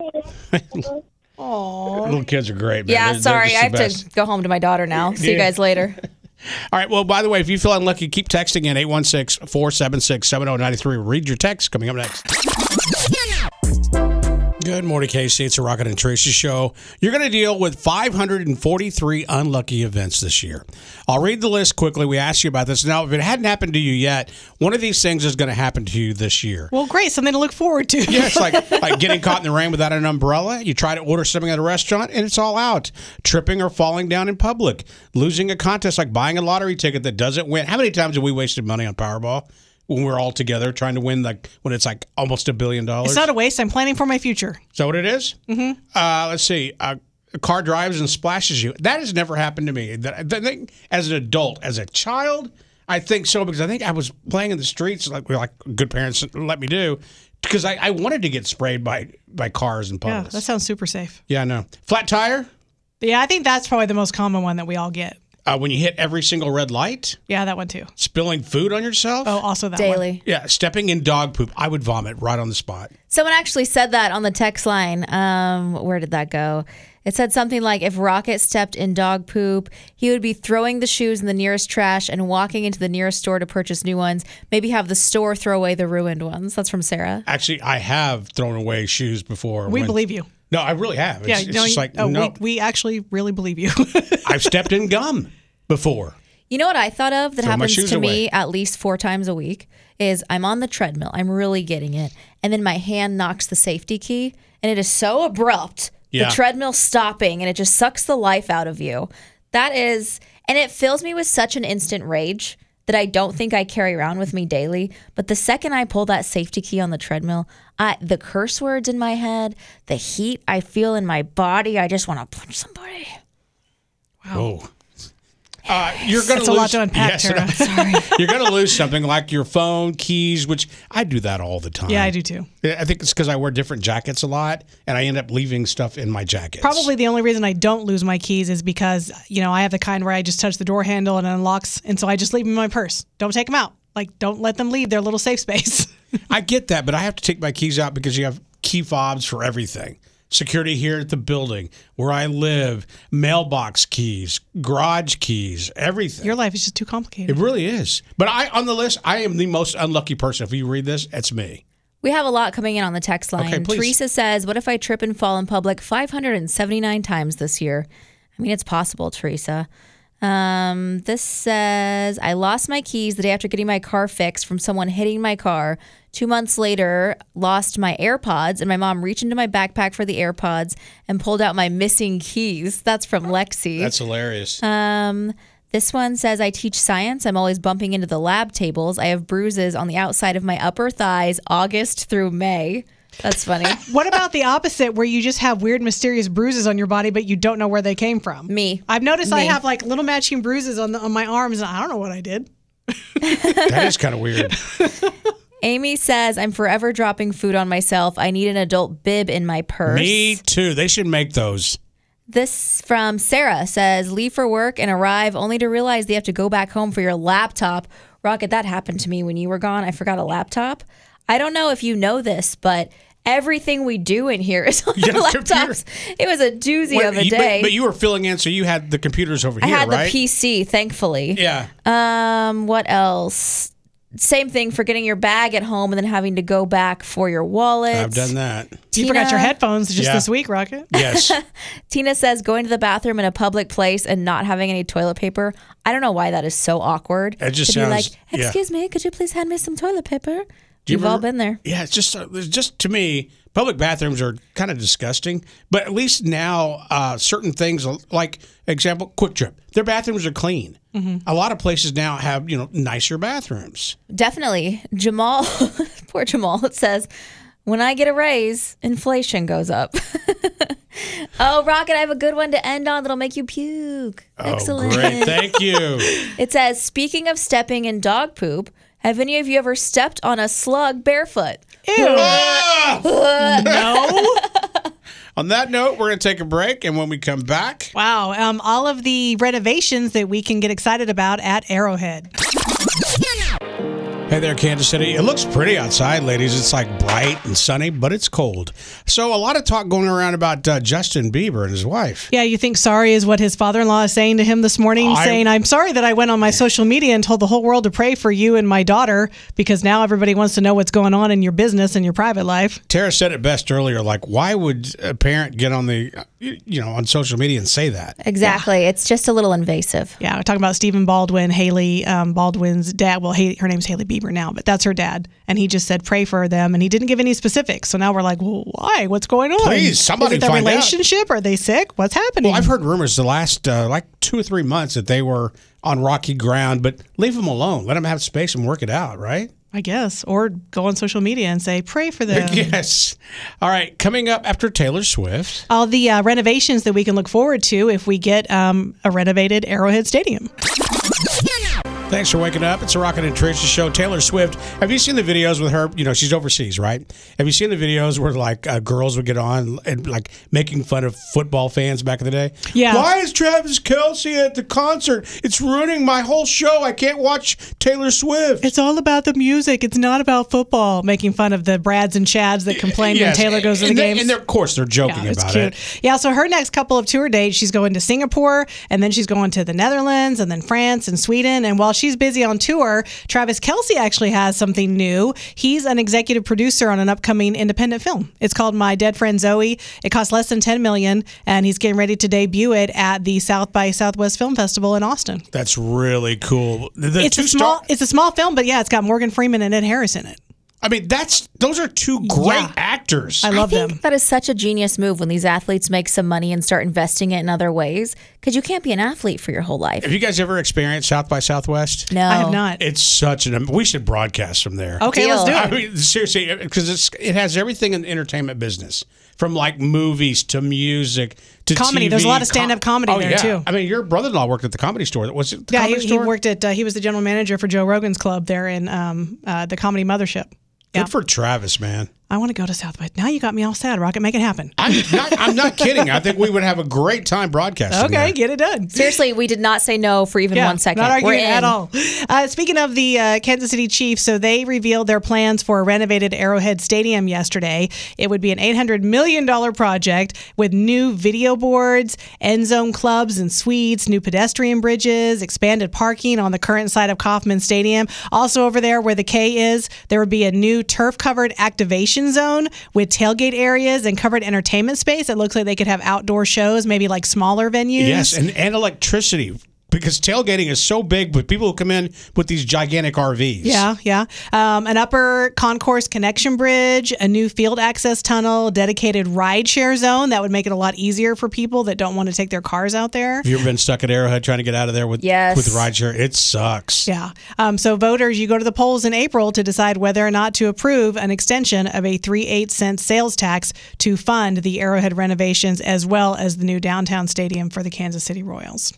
[SPEAKER 12] Aww.
[SPEAKER 10] Little kids are great. Man.
[SPEAKER 11] Yeah,
[SPEAKER 10] They're- they're
[SPEAKER 11] sorry.
[SPEAKER 10] just
[SPEAKER 11] I
[SPEAKER 10] the
[SPEAKER 11] have
[SPEAKER 10] best.
[SPEAKER 11] to go home to my daughter now. See you
[SPEAKER 10] Yeah.
[SPEAKER 11] guys later.
[SPEAKER 10] All right. Well, by the way, if you feel unlucky, keep texting in 816 476 7093. Read your text coming up next. Good morning, Casey. It's a Rocket and Tracy show. You're going to deal with 543 unlucky events this year. I'll read the list quickly. We asked you about this. Now, if it hadn't happened to you yet, one of these things is going to happen to you this year.
[SPEAKER 12] Well, great, something to look forward to.
[SPEAKER 10] Yeah, it's like like getting caught in the rain without an umbrella. You try to order something at a restaurant and it's all out. Tripping or falling down in public. Losing a contest like buying a lottery ticket that doesn't win. How many times have we wasted money on Powerball when we're all together trying to win like when it's like almost a billion dollars?
[SPEAKER 12] It's not a waste. I'm planning for my future.
[SPEAKER 10] Is that what it is? Mm-hmm. Uh, let's see. Uh, a car drives and splashes you. That has never happened to me. That, that thing, as an adult, as a child, I think so because I think I was playing in the streets like we like good parents let me do because I, I wanted to get sprayed by by cars and
[SPEAKER 12] Yeah,
[SPEAKER 10] puddles.
[SPEAKER 12] that sounds super safe.
[SPEAKER 10] Yeah, I know. Flat tire
[SPEAKER 12] Yeah, I think that's probably the most common one that we all get.
[SPEAKER 10] uh, when you hit every single red light,
[SPEAKER 12] Yeah, that one too.
[SPEAKER 10] spilling food on yourself.
[SPEAKER 12] Oh, also that
[SPEAKER 11] Daily.
[SPEAKER 12] one.
[SPEAKER 10] Yeah, stepping in dog poop. I would vomit right on the spot.
[SPEAKER 11] Someone actually said that on the text line. Um, where did that go? It said something like if Rocket stepped in dog poop, he would be throwing the shoes in the nearest trash and walking into the nearest store to purchase new ones. Maybe have the store throw away the ruined ones. That's from Sarah.
[SPEAKER 10] Actually, I have thrown away shoes before.
[SPEAKER 12] We
[SPEAKER 10] when-
[SPEAKER 12] believe you.
[SPEAKER 10] No, I really have. It's,
[SPEAKER 12] yeah,
[SPEAKER 10] it's
[SPEAKER 12] no,
[SPEAKER 10] just
[SPEAKER 12] you-
[SPEAKER 10] like
[SPEAKER 12] oh,
[SPEAKER 10] no.
[SPEAKER 12] we, we actually really believe you.
[SPEAKER 10] I've stepped in gum before.
[SPEAKER 11] You know what I thought of that
[SPEAKER 10] Throw my
[SPEAKER 11] happens
[SPEAKER 10] shoes
[SPEAKER 11] to me
[SPEAKER 10] away.
[SPEAKER 11] at least four times a week is I'm on the treadmill. I'm really getting it. And then my hand knocks the safety key and it is so abrupt.
[SPEAKER 20] Yeah.
[SPEAKER 11] The treadmill stopping and it just sucks the life out of you. That is, and it fills me with such an instant rage that I don't think I carry around with me daily. But the second I pull that safety key on the treadmill, I, the curse words in my head, the heat I feel in my body, I just want to punch somebody.
[SPEAKER 10] Oh. Uh, you're gonna
[SPEAKER 11] That's a
[SPEAKER 10] lose,
[SPEAKER 11] lot to unpack, Tara.
[SPEAKER 10] I'm sorry. you're gonna lose something like your phone, keys, which I do that all the time.
[SPEAKER 12] yeah, I do too.
[SPEAKER 10] Yeah, I think it's because I wear different jackets a lot, and I end up leaving stuff in my jacket.
[SPEAKER 12] Probably the only reason I don't lose my keys is because, you know, I have the kind where I just touch the door handle and it unlocks. And so I just leave them in my purse. Don't take them out. Like, don't let them leave their little safe space.
[SPEAKER 10] I get that, but I have to take my keys out because you have key fobs for everything. Security here at the building where I live, mailbox keys, garage keys, everything.
[SPEAKER 12] Your life is just too complicated.
[SPEAKER 10] It really is. But I on the list, I am the most unlucky person. If you read this, it's me.
[SPEAKER 11] We have a lot coming in on the text line.
[SPEAKER 10] Okay, please.
[SPEAKER 11] Teresa says, What if I trip and fall in public 579 times this year? I mean, it's possible, Teresa. Um, this says, I lost my keys the day after getting my car fixed from someone hitting my car. Two months later, lost my AirPods, and my mom reached into my backpack for the AirPods and pulled out my missing keys. That's from Lexi.
[SPEAKER 10] That's hilarious.
[SPEAKER 11] Um, this one says, I teach science. I'm always bumping into the lab tables. I have bruises on the outside of my upper thighs August through May. That's funny.
[SPEAKER 12] What about the opposite where you just have weird mysterious bruises on your body but you don't know where they came from?
[SPEAKER 11] Me.
[SPEAKER 12] I've noticed I
[SPEAKER 11] Me.
[SPEAKER 12] have like little matching bruises on the, on my arms and I don't know what I did.
[SPEAKER 10] that is kind of weird.
[SPEAKER 11] Amy says, I'm forever dropping food on myself. I need an adult bib in my purse.
[SPEAKER 10] Me too. They should make those.
[SPEAKER 11] This from Sarah says, leave for work and arrive only to realize they have to go back home for your laptop. Rocket, that happened to me when you were gone. I forgot a laptop. I don't know if you know this, but everything we do in here is on
[SPEAKER 10] Yeah,
[SPEAKER 11] our
[SPEAKER 10] computer.
[SPEAKER 11] laptops. It was a doozy
[SPEAKER 10] Wait,
[SPEAKER 11] of a
[SPEAKER 10] you- but-
[SPEAKER 11] day.
[SPEAKER 10] But, you were filling in, so you had the computers over
[SPEAKER 11] I
[SPEAKER 10] here,
[SPEAKER 11] had
[SPEAKER 10] right?
[SPEAKER 11] the PC, thankfully.
[SPEAKER 10] Yeah.
[SPEAKER 11] Um, what else? Same thing for getting your bag at home and then having to go back for your wallet.
[SPEAKER 10] I've done that.
[SPEAKER 12] You forgot
[SPEAKER 11] Tina.
[SPEAKER 12] your headphones just
[SPEAKER 10] Yeah.
[SPEAKER 12] this week, Rocket.
[SPEAKER 10] Yes.
[SPEAKER 11] Tina says going to the bathroom in a public place and not having any toilet paper. I don't know why that is so awkward.
[SPEAKER 10] It just
[SPEAKER 11] to be
[SPEAKER 10] sounds-
[SPEAKER 11] like,
[SPEAKER 10] yeah.
[SPEAKER 11] excuse me, could you please hand me some toilet paper?
[SPEAKER 10] Do you
[SPEAKER 11] We've all
[SPEAKER 10] remember-
[SPEAKER 11] been there.
[SPEAKER 10] Yeah, it's just uh, it's just to me, public bathrooms are kind of disgusting. But at least now, uh, certain things like example, Quick Trip, their bathrooms are clean.
[SPEAKER 11] Mm-hmm.
[SPEAKER 10] A lot of places now have you know nicer bathrooms.
[SPEAKER 11] Definitely. Jamal, poor Jamal, it says, when I get a raise, inflation goes up. oh, Rocket, I have a good one to end on that'll make you puke. Excellent.
[SPEAKER 10] Oh, great! Thank you.
[SPEAKER 11] It says, speaking of stepping in dog poop, have any of you ever stepped on a slug barefoot?
[SPEAKER 12] no.
[SPEAKER 10] Ah! On that note, we're going to take a break, and when we come back,
[SPEAKER 12] Wow. Um, all of the renovations that we can get excited about at Arrowhead.
[SPEAKER 10] hey there, Kansas City. It looks pretty outside, ladies. It's like bright and sunny, but it's cold. So a lot of talk going around about uh, Justin Bieber and his wife.
[SPEAKER 12] Yeah, you think sorry is what his father in law is saying to him this morning,
[SPEAKER 10] I-
[SPEAKER 12] saying, I'm sorry that I went on my social media and told the whole world to pray for you and my daughter because now everybody wants to know what's going on in your business and your private life.
[SPEAKER 10] Tara said it best earlier. Like, why would a parent get on the, uh, you know, on social media and say that?
[SPEAKER 11] Exactly. It's just a little invasive.
[SPEAKER 12] Yeah, we're talking about Stephen Baldwin, Haley um, Baldwin's dad. Well, Haley, her name's Haley Bieber now, but that's her dad. And he just said, pray for them. And he didn't give any specifics. So now we're like, well, why? What's going on?
[SPEAKER 10] Please, somebody
[SPEAKER 12] Is it their
[SPEAKER 10] find out.
[SPEAKER 12] relationship? Are they sick? What's happening?
[SPEAKER 10] Well, I've heard rumors the last uh, like two or three months that they were on rocky ground, but leave them alone. Let them have space and work it out, right?
[SPEAKER 12] I guess. Or go on social media and say, pray for them.
[SPEAKER 10] Yes. All right. Coming up after Taylor Swift.
[SPEAKER 12] all the uh, renovations that we can look forward to if we get um, a renovated Arrowhead Stadium.
[SPEAKER 10] Thanks for waking up. It's a Rocket and Tricia show. Taylor Swift. Have you seen the videos with her? You know, she's overseas, right? Have you seen the videos where like uh, girls would get on and like making fun of football fans back in the day?
[SPEAKER 12] Yeah.
[SPEAKER 10] Why is Travis Kelsey at the concert? It's ruining my whole show. I can't watch Taylor Swift.
[SPEAKER 12] It's all about the music. It's not about football. Making fun of the Brads and Chads that complain
[SPEAKER 10] Yes,
[SPEAKER 12] when Taylor goes to the
[SPEAKER 10] and they-
[SPEAKER 12] games.
[SPEAKER 10] and they're- of course they're joking
[SPEAKER 12] Yeah, it's
[SPEAKER 10] about
[SPEAKER 12] cute.
[SPEAKER 10] it.
[SPEAKER 12] Yeah, so her next couple of tour dates, she's going to Singapore and then she's going to the Netherlands and then France and Sweden. And while she's busy on tour, Travis Kelsey actually has something new. He's an executive producer on an upcoming independent film. It's called My Dead Friend Zoe. It costs less than 10 million and he's getting ready to debut it at the South by Southwest Film Festival in Austin.
[SPEAKER 10] That's really cool. The- the
[SPEAKER 12] it's
[SPEAKER 10] two
[SPEAKER 12] a small
[SPEAKER 10] star-
[SPEAKER 12] it's a small film, but yeah, it's got Morgan Freeman and Ed Harris in it.
[SPEAKER 10] I mean, that's those are two great actors.
[SPEAKER 11] think That is such a genius move when these athletes make some money and start investing it in other ways because you can't be an athlete for your whole life.
[SPEAKER 10] Have you guys ever experienced South by Southwest?
[SPEAKER 11] No. I have
[SPEAKER 12] not.
[SPEAKER 10] It's such an. We should broadcast from there.
[SPEAKER 12] Okay, let's Deal. do it.
[SPEAKER 10] I mean, seriously, because it's it has everything in the entertainment business, from like movies to music to
[SPEAKER 12] Comedy.
[SPEAKER 10] TV,
[SPEAKER 12] There's a lot of stand-up comedy
[SPEAKER 10] oh,
[SPEAKER 12] there,
[SPEAKER 10] yeah.
[SPEAKER 12] too.
[SPEAKER 10] I mean, your brother-in-law worked at the comedy store. Was it? The
[SPEAKER 12] Yeah,
[SPEAKER 10] comedy
[SPEAKER 12] he, he
[SPEAKER 10] store?
[SPEAKER 12] worked at uh, he was the general manager for Joe Rogan's Club there in um, uh, the Comedy Mothership. yeah.
[SPEAKER 10] Good for Travis, man.
[SPEAKER 12] I want to go to South by. Now you got me all sad, Rocket. Make it happen.
[SPEAKER 10] I'm not, I'm not kidding. I think we would have a great time broadcasting.
[SPEAKER 12] okay,
[SPEAKER 10] there.
[SPEAKER 12] get it done.
[SPEAKER 11] Seriously, we did not say no for even
[SPEAKER 12] Yeah,
[SPEAKER 11] one second.
[SPEAKER 12] Not arguing
[SPEAKER 11] We're in.
[SPEAKER 12] at all. Uh, speaking of the uh, Kansas City Chiefs, so they revealed their plans for a renovated Arrowhead Stadium yesterday. It would be an $800 million project with new video boards, end zone clubs and suites, new pedestrian bridges, expanded parking on the current side of Kauffman Stadium. Also, over there where the K is, there would be a new turf covered activation zone with tailgate areas and covered entertainment space. It looks like they could have outdoor shows, maybe like smaller venues.
[SPEAKER 10] Yes, and, and electricity because tailgating is so big, but people come in with these gigantic RVs.
[SPEAKER 12] Yeah, yeah. Um, an upper concourse connection bridge, a new field access tunnel, dedicated rideshare zone that would make it a lot easier for people that don't want to take their cars out there.
[SPEAKER 10] Have you ever been stuck at Arrowhead trying to get out of there with
[SPEAKER 12] Yes.
[SPEAKER 10] with rideshare? It sucks.
[SPEAKER 12] Yeah. Um, so, voters, you go to the polls in April to decide whether or not to approve an extension of a 3 8 cent sales tax to fund the Arrowhead renovations as well as the new downtown stadium for the Kansas City Royals.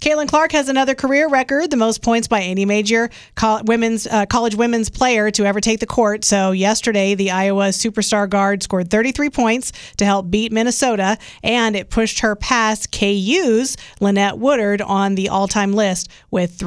[SPEAKER 12] Caitlin Clark has another career record, the most points by any major col- women's uh, college women's player to ever take the court. So yesterday, the Iowa superstar guard scored 33 points to help beat Minnesota, and it pushed her past KU's Lynette Woodard on the all-time list with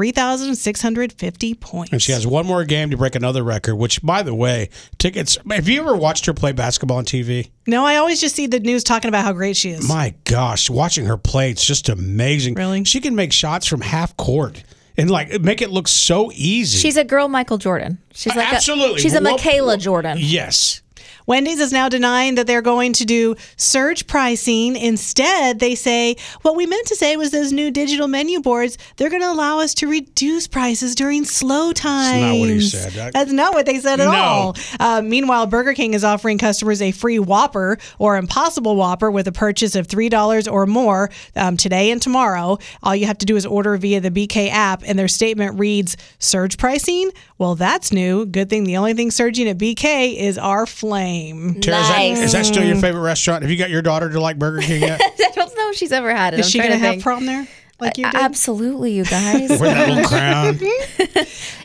[SPEAKER 12] 3,650 points.
[SPEAKER 10] And she has one more game to break another record, which, by the way, tickets. Have you ever watched her play basketball on TV?
[SPEAKER 12] No, I always just see the news talking about how great she is.
[SPEAKER 10] My gosh, watching her play, it's just amazing. Really? She can make shots from half court and like make it look so easy.
[SPEAKER 11] She's a girl, Michael Jordan.
[SPEAKER 12] Uh,
[SPEAKER 11] She's like
[SPEAKER 10] Absolutely.
[SPEAKER 11] A, she's a
[SPEAKER 10] Well-
[SPEAKER 11] Michaela Jordan.
[SPEAKER 10] yes.
[SPEAKER 12] Wendy's is now denying that they're going to do surge pricing. Instead, they say, what we meant to say was those new digital menu boards, they're going to allow us to reduce prices during slow times.
[SPEAKER 10] not what he said. I-
[SPEAKER 12] That's not what they said at
[SPEAKER 10] No.
[SPEAKER 12] all. Uh, meanwhile, Burger King is offering customers a free Whopper or Impossible Whopper with a purchase of $3 or more um, today and tomorrow. All you have to do is order via the BK app, and their statement reads Surge pricing? Well, that's new. Good thing the only thing surging at BK is our flame.
[SPEAKER 10] Tara, is, that, is that still your favorite restaurant? Have you got your daughter to like Burger King yet?
[SPEAKER 11] I don't know if she's ever had it.
[SPEAKER 12] Is
[SPEAKER 11] I'm
[SPEAKER 12] she
[SPEAKER 11] trying
[SPEAKER 12] gonna
[SPEAKER 11] to
[SPEAKER 12] have
[SPEAKER 11] think. Uh,
[SPEAKER 12] prom there? Like you did?
[SPEAKER 11] Absolutely, you guys.
[SPEAKER 10] Wear that little crown.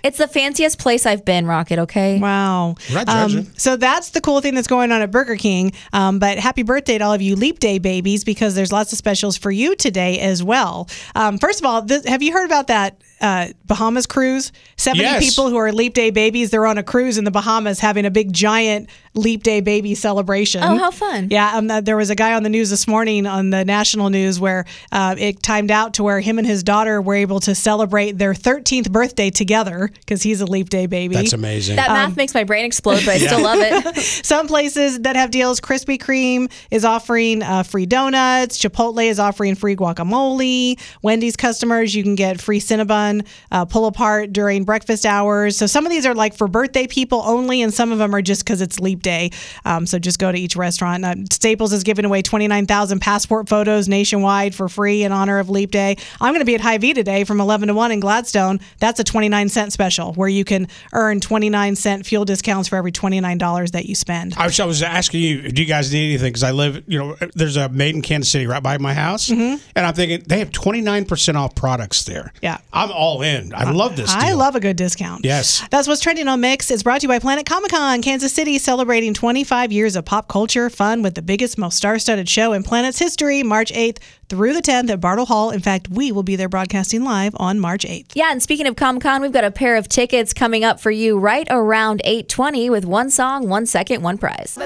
[SPEAKER 11] it's the fanciest place I've been, Rocket, okay?
[SPEAKER 12] Wow.
[SPEAKER 10] We're not
[SPEAKER 12] Um,
[SPEAKER 10] judging.
[SPEAKER 12] so that's the cool thing that's going on at Burger King. Um, but happy birthday to all of you Leap Day babies because there's lots of specials for you today as well. Um, first of all, this, have you heard about that uh, Bahamas cruise? 70
[SPEAKER 10] Yes.
[SPEAKER 12] people who are Leap Day babies, they're on a cruise in the Bahamas having a big giant Leap Day baby celebration.
[SPEAKER 11] Oh, how fun.
[SPEAKER 12] Yeah, um, uh, there was a guy on the news this morning on the national news where uh, it timed out to where him and his daughter were able to celebrate their 13th birthday together because he's a Leap Day baby.
[SPEAKER 10] That's amazing.
[SPEAKER 11] That math makes my brain explode, but I still love it.
[SPEAKER 12] Some places that have deals, Krispy Kreme is offering uh, free donuts. Chipotle is offering free guacamole. Wendy's customers, you can get free Cinnabon uh, pull apart during breakfast hours. So some of these are like for birthday people only, and some of them are just because it's Leap Day. Um, so just go to each restaurant. Uh, Staples is giving away 29,000 passport photos nationwide for free in honor of Leap Day. I'm going to be at Hy-Vee today from 11 to 1 in Gladstone. That's a 29 cent special where you can earn 29 cent fuel discounts for every $29 that you spend.
[SPEAKER 10] I wish I was asking you, do you guys need anything? Because I live, you know, there's a Made in Kansas City right by my house, and I'm thinking they have 29% off products there.
[SPEAKER 12] Yeah.
[SPEAKER 10] I'm all in. I love this.
[SPEAKER 12] I
[SPEAKER 10] deal.
[SPEAKER 12] love a good discount.
[SPEAKER 10] Yes.
[SPEAKER 12] That's what's trending on Mix. It's brought to you by Planet Comic Con, Kansas City, celebrating 25 years of pop culture fun with the biggest, most star studded show in planet's history, March 8th through the 10th at Bartle Hall. In fact, we will be there broadcasting live on March 8th.
[SPEAKER 11] Yeah, and speaking of Comic Con, we've got a pair of tickets coming up for you right around 8:20 with one song, one second, one prize.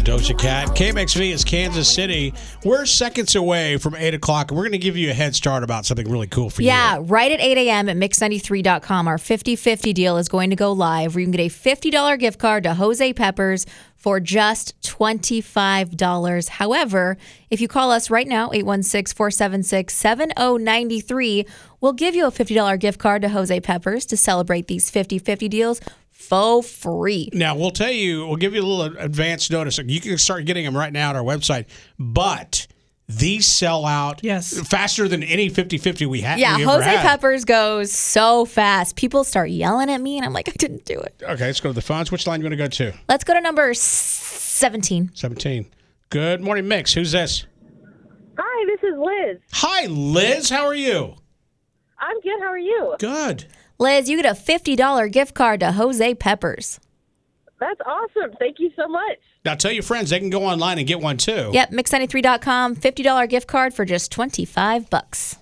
[SPEAKER 10] Doja Cat. KMXV is Kansas City. We're seconds away from 8 o'clock, and we're going to give you a head start about something really cool for you.
[SPEAKER 11] Yeah, right at 8 a.m. at mix93.com. Our 50 50 deal is going to go live where you can get a $50 gift card to Jose Peppers for just $25. However, if you call us right now, 816 476 7093, we'll give you a $50 gift card to Jose Peppers to celebrate these 50 50 deals for free.
[SPEAKER 10] Now, we'll tell you, we'll give you a little advance notice. You can start getting them right now at our website, but these sell out yes. faster than any 50 50 we had.
[SPEAKER 11] Yeah,
[SPEAKER 10] we ever
[SPEAKER 11] Jose
[SPEAKER 10] had.
[SPEAKER 11] Peppers goes so fast. People start yelling at me, and I'm like, I didn't do it.
[SPEAKER 10] Okay, let's go to the phones. Which line do you want to go to?
[SPEAKER 11] Let's go to number s- 17.
[SPEAKER 10] 17. Good morning, Mix. Who's this?
[SPEAKER 20] Hi, this is Liz.
[SPEAKER 10] Hi, Liz. How are you?
[SPEAKER 20] I'm good. How are you?
[SPEAKER 10] Good.
[SPEAKER 11] Liz, you get a $50 gift card to Jose Peppers.
[SPEAKER 20] That's awesome. Thank you so much.
[SPEAKER 10] Now tell your friends they can go online and get one too.
[SPEAKER 11] Yep, mix93.com, $50 gift card for just 25 bucks.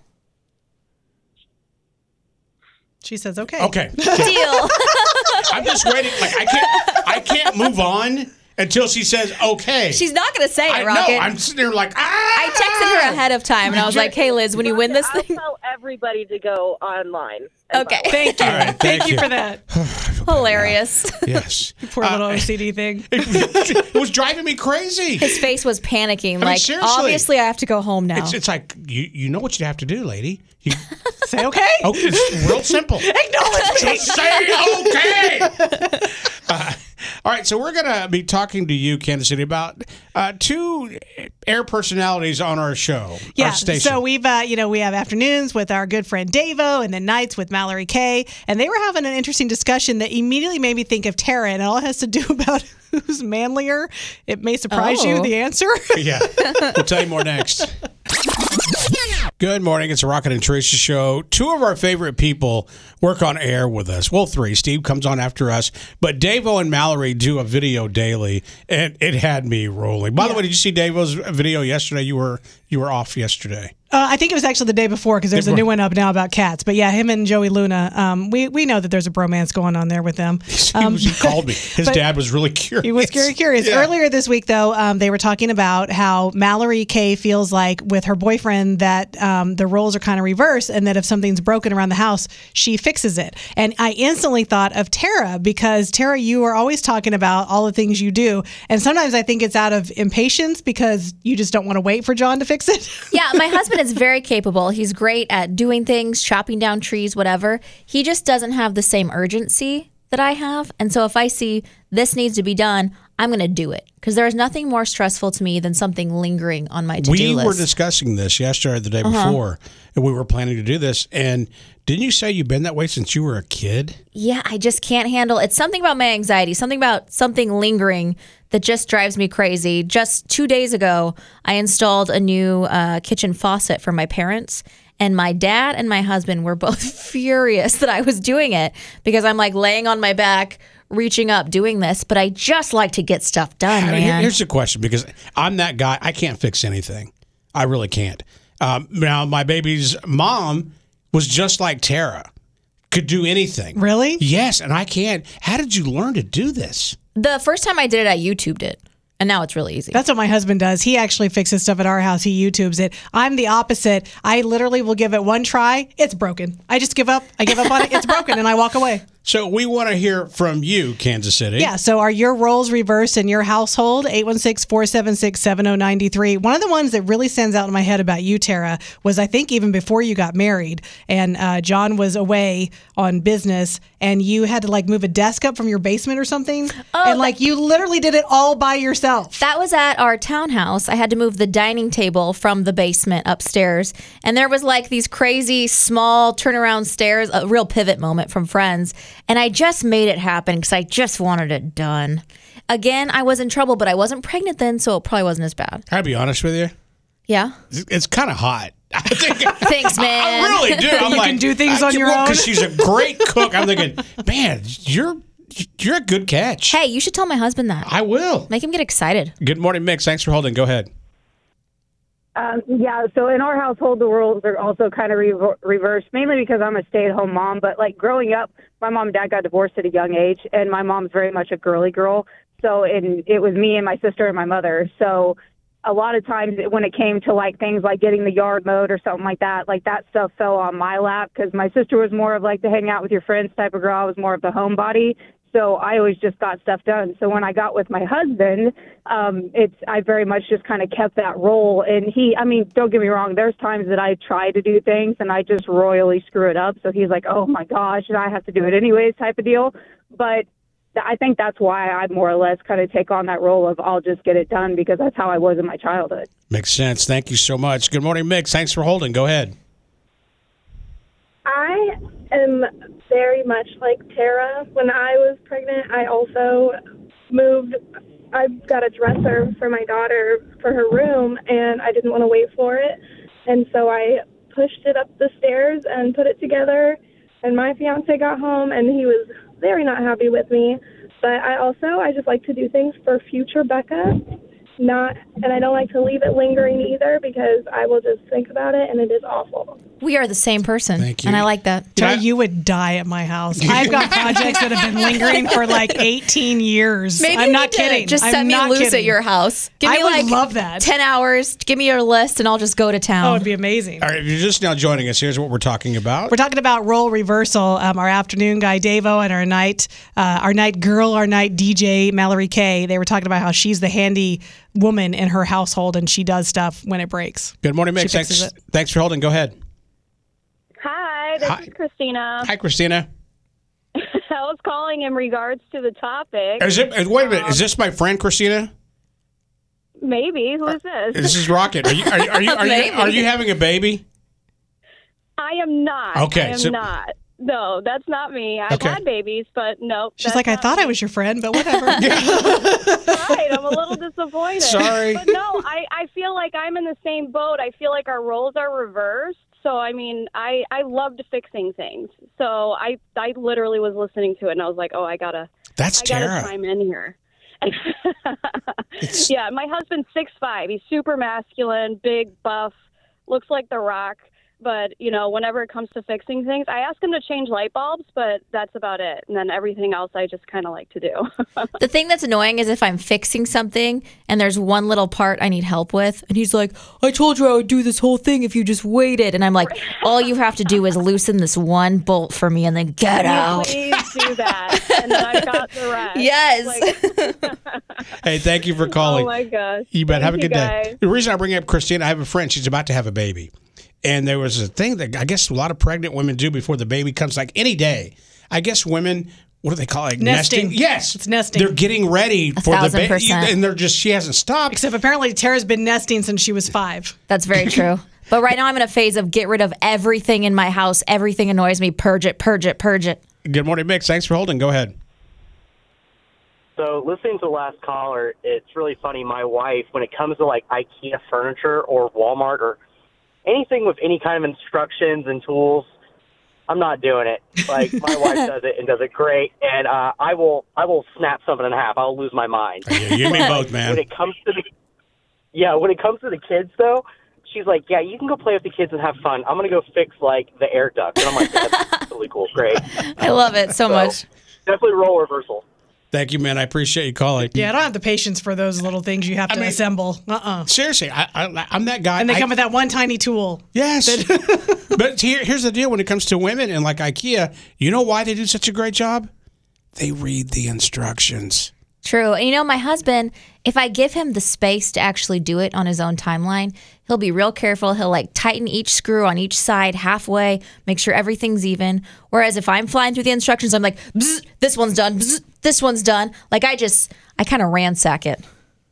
[SPEAKER 12] She says, okay.
[SPEAKER 10] Okay.
[SPEAKER 11] Deal.
[SPEAKER 10] I'm just waiting. Like I can't I can't move on until she says okay.
[SPEAKER 11] She's not going to say it,
[SPEAKER 10] I
[SPEAKER 11] Rocket.
[SPEAKER 10] know. I'm sitting there like ah.
[SPEAKER 11] I texted her ahead of time, and I was like, hey, Liz, when you win this
[SPEAKER 20] I'll
[SPEAKER 11] thing.
[SPEAKER 20] tell everybody to go online.
[SPEAKER 11] Okay. Thank
[SPEAKER 10] you. All right, thank Thank you you. for
[SPEAKER 12] that.
[SPEAKER 11] Hilarious.
[SPEAKER 10] Yes.
[SPEAKER 12] Poor little OCD thing.
[SPEAKER 10] it was driving me crazy.
[SPEAKER 11] His face was panicking.
[SPEAKER 10] mean,
[SPEAKER 11] like,
[SPEAKER 10] seriously.
[SPEAKER 11] obviously, I have to go home now.
[SPEAKER 10] It's, it's like you you know what you have to do, lady. You,
[SPEAKER 12] say okay.
[SPEAKER 10] Okay, it's real simple.
[SPEAKER 12] Acknowledge
[SPEAKER 10] Just say okay. Uh, all right, so we're going to be talking to you, Kansas City, about uh, two air personalities on our show,
[SPEAKER 12] Yeah.
[SPEAKER 10] our station.
[SPEAKER 12] So we've, uh, you know, we have afternoons with our good friend Davo and then nights with Mallory Kay. And they were having an interesting discussion that immediately made me think of Tara. And it all has to do about who's manlier. It may surprise
[SPEAKER 10] Oh.
[SPEAKER 12] you, the answer.
[SPEAKER 10] yeah. We'll tell you more next. Good morning. It's a Rocket and Tricia show. Two of our favorite people work on air with us. Well, three. Steve comes on after us, but Davo and Mallory do a video daily, and it had me rolling. By the way, did you see Davo's video yesterday? You were you were off yesterday.
[SPEAKER 12] Uh, I think it was actually the day before because there's a new one up now about cats. But yeah, him and Joey Luna, um, we, we know that there's a bromance going on there with them. Um,
[SPEAKER 10] he called me. His
[SPEAKER 12] but-
[SPEAKER 10] dad was really curious.
[SPEAKER 12] He was very curious.
[SPEAKER 10] Yeah.
[SPEAKER 12] Earlier this week, though, um, they were talking about how Mallory Kay feels like with her boyfriend that um, the roles are kind of reversed, and that if something's broken around the house, she fixes it. And I instantly thought of Tara because Tara, you are always talking about all the things you do, and sometimes I think it's out of impatience because you just don't want to wait for John to fix it.
[SPEAKER 11] yeah, my husband is very capable. He's great at doing things, chopping down trees, whatever. He just doesn't have the same urgency that I have. And so if I see this needs to be done, I'm going to do it because there is nothing more stressful to me than something lingering on my to-do
[SPEAKER 10] we
[SPEAKER 11] list.
[SPEAKER 10] were discussing this yesterday or the day
[SPEAKER 11] Uh-huh.
[SPEAKER 10] before, and we were planning to do this. And didn't you say you've been that way since you were a kid?
[SPEAKER 11] yeah, I just can't handle it's something about my anxiety, something about something lingering that just drives me crazy. Just 2 days ago, I installed a new uh, kitchen faucet for my parents and my dad and my husband were both furious that I was doing it because I'm like laying on my back reaching up doing this, but I just like to get stuff
[SPEAKER 12] Oh,
[SPEAKER 11] done,
[SPEAKER 10] I mean, here-
[SPEAKER 11] man.
[SPEAKER 10] Here's the question because I'm that guy. I can't fix anything. I really can't. Um, now, my baby's mom was just like Tara, could do anything.
[SPEAKER 12] Really?
[SPEAKER 10] Yes. And I can't. How did you learn to do this?
[SPEAKER 11] the first time I did it, I YouTubed it. And now it's really easy.
[SPEAKER 12] That's what my husband does. He actually fixes stuff at our house. He YouTubes it. I'm the opposite. I literally will give it one try. It's broken. I just give up. I give up on it. It's broken, and I walk away.
[SPEAKER 10] So we want to hear from you, Kansas City.
[SPEAKER 12] Yeah, so are your roles reversed in your household? 816 476 7093. One of the ones that really stands out in my head about you, Tara, was I think even before you got married and uh, John was away on business and you had to like move a desk up from your basement or something. and like you literally did it all by yourself.
[SPEAKER 11] That was at our townhouse. I had to move the dining table from the basement upstairs, and there was like these crazy small turnaround stairs, a real pivot moment from Friends, and I just made it happen because I just wanted it done. Again, I was in trouble, but I wasn't pregnant then, so it probably wasn't as bad.
[SPEAKER 10] I'll be honest with you.
[SPEAKER 11] Yeah.
[SPEAKER 10] It's, it's kind of hot. I think
[SPEAKER 11] Thanks, man.
[SPEAKER 10] I really do. I'm
[SPEAKER 12] You
[SPEAKER 10] like,
[SPEAKER 12] can do things on your own.
[SPEAKER 10] because she's a great cook. I'm thinking, man, you're you're a good catch.
[SPEAKER 11] Hey, you should tell my husband that.
[SPEAKER 10] I will.
[SPEAKER 11] Make him get excited.
[SPEAKER 10] Good morning, Mix. Thanks for holding. Go ahead.
[SPEAKER 21] Um, yeah, so in our household, the roles are also kind of rever reversed, mainly because I'm a stay-at-home mom. But like growing up, my mom and dad got divorced at a young age, and my mom's very much a girly girl. So and it was me and my sister and my mother. So a lot of times it- when it came to like things like getting the yard mowed or something like that, like that stuff fell on my lap because my sister was more of like the hang out with your friends type of girl. I was more of the homebody. So I always just got stuff done. So when I got with my husband, um, it's I very much just kind of kept that role. And he, I mean, don't get me wrong. There's times that I try to do things and I just royally screw it up. So he's like, "Oh my gosh," and I have to do it anyways, type of deal. But th- I think that's why I more or less kind of take on that role of I'll just get it done because that's how I was in my childhood.
[SPEAKER 10] Makes sense. Thank you so much. Good morning, Mix. Thanks for holding. Go ahead.
[SPEAKER 19] I am very much like Tara. When I was pregnant, I also moved. I got a dresser for my daughter for her room, and I didn't want to wait for it. And so I pushed it up the stairs and put it together. And my fiance got home, and he was very not happy with me. But I also, I just like to do things for future Becca. Not, and I don't like to leave it lingering either because I will just think about it and it is awful.
[SPEAKER 11] We are the same person. Thank
[SPEAKER 12] you.
[SPEAKER 11] And I like that.
[SPEAKER 12] Tara, you would die at my house. I've got projects that have been lingering for like 18 years.
[SPEAKER 11] Maybe
[SPEAKER 12] I'm
[SPEAKER 11] we
[SPEAKER 12] not
[SPEAKER 11] could
[SPEAKER 12] kidding.
[SPEAKER 11] Just
[SPEAKER 12] I'm
[SPEAKER 11] set me
[SPEAKER 12] not
[SPEAKER 11] loose
[SPEAKER 12] kidding.
[SPEAKER 11] at your house. Give
[SPEAKER 12] I
[SPEAKER 11] me
[SPEAKER 12] would
[SPEAKER 11] like
[SPEAKER 12] love that.
[SPEAKER 11] Ten hours. Give me your list, and I'll just go to town.
[SPEAKER 12] Oh, it'd be amazing.
[SPEAKER 10] All right, if you're just now joining us, here's what we're talking about.
[SPEAKER 12] We're talking about role reversal. Um, our afternoon guy Davo and our night, uh, our night girl, our night DJ Mallory Kay. They were talking about how she's the handy woman in her household and she does stuff when it breaks.
[SPEAKER 10] Good morning,
[SPEAKER 12] She
[SPEAKER 10] Mix.
[SPEAKER 12] fixes
[SPEAKER 10] Thanks, thanks for holding. Go ahead.
[SPEAKER 19] Hi,
[SPEAKER 10] this Hi.
[SPEAKER 19] is Christina.
[SPEAKER 10] Hi, Christina.
[SPEAKER 19] I was calling in regards to the topic.
[SPEAKER 10] Is it? Wait a minute. Is this my friend Christina?
[SPEAKER 19] Maybe. Who is this?
[SPEAKER 10] This is Rocket. Are you are you are you, are you,
[SPEAKER 19] Maybe.
[SPEAKER 10] are you having a baby?
[SPEAKER 19] I am not.
[SPEAKER 10] Okay,
[SPEAKER 19] I am
[SPEAKER 10] so-
[SPEAKER 19] not. No, that's not me. I've
[SPEAKER 10] Okay.
[SPEAKER 19] had babies, but no.
[SPEAKER 12] She's like, I thought I was your friend, but whatever.
[SPEAKER 19] right. I'm a little disappointed.
[SPEAKER 12] Sorry.
[SPEAKER 19] But no, I, I feel like I'm in the same boat. I feel like our roles are reversed. So I mean, I I loved fixing things. So I I literally was listening to it and I was like, oh, I gotta.
[SPEAKER 10] That's
[SPEAKER 19] I gotta
[SPEAKER 10] Tara.
[SPEAKER 19] chime in here. yeah, my husband's six five. He's super masculine, big, buff, looks like the Rock. But you know, whenever it comes to fixing things, I ask him to change light bulbs, but that's about it. And then everything else, I just kind of like to do.
[SPEAKER 11] The thing that's annoying is if I'm fixing something and there's one little part I need help with, and he's like, I told you I would do this whole thing if you just waited. And I'm like, all you have to do is loosen this one bolt for me and then get out.
[SPEAKER 19] Please do that, and then I've got the rest.
[SPEAKER 11] Yes.
[SPEAKER 10] Hey, thank you for calling.
[SPEAKER 19] Oh my gosh.
[SPEAKER 10] You bet.
[SPEAKER 19] Thank
[SPEAKER 10] have a
[SPEAKER 19] you,
[SPEAKER 10] good day.
[SPEAKER 19] guys.
[SPEAKER 10] The reason I bring up Christina, I have a friend. She's about to have a baby, and there was a thing that I guess a lot of pregnant women do before the baby comes, like any day. I guess women. What do they call it? Like
[SPEAKER 12] Nesting.
[SPEAKER 10] Yes,
[SPEAKER 12] It's nesting.
[SPEAKER 10] They're getting ready for the
[SPEAKER 11] thousand
[SPEAKER 10] baby,
[SPEAKER 11] percent.
[SPEAKER 10] and they're just she hasn't stopped.
[SPEAKER 12] Except apparently Tara's been nesting since she was five.
[SPEAKER 11] That's very true. but right now I'm in a phase of get rid of everything in my house. Everything annoys me. Purge it, purge it, purge it.
[SPEAKER 10] Good morning, Mix. Thanks for holding. Go ahead.
[SPEAKER 22] So listening to the last caller, it's really funny. My wife, when it comes to like IKEA furniture or Walmart or anything with any kind of instructions and tools, I'm not doing it. Like my wife does it and does it great, and uh, I will I will snap something in half. I'll lose my mind.
[SPEAKER 10] you and me
[SPEAKER 22] But
[SPEAKER 10] both, man.
[SPEAKER 22] When it comes to the yeah, when it comes to the kids though, she's like, yeah, you can go play with the kids and have fun. I'm gonna go fix like the air duct, and I'm like, that's really cool, great.
[SPEAKER 11] I love it so much.
[SPEAKER 22] Definitely role reversal.
[SPEAKER 10] Thank you, man. I appreciate you calling.
[SPEAKER 12] Yeah, I don't have the patience for those little things you have to assemble. Uh uh
[SPEAKER 10] Seriously, I, I, I'm that guy.
[SPEAKER 12] And they
[SPEAKER 10] I-
[SPEAKER 12] come with that one tiny tool.
[SPEAKER 10] Yes. but here, here's the deal when it comes to women and like IKEA, you know why they do such a great job? They read the instructions.
[SPEAKER 11] True. And you know, my husband, if I give him the space to actually do it on his own timeline, he'll be real careful. He'll like tighten each screw on each side halfway, make sure everything's even. Whereas if I'm flying through the instructions, I'm like, "Bzz, this one's done, Bzz, this one's done. Like I just, I kind of ransack it.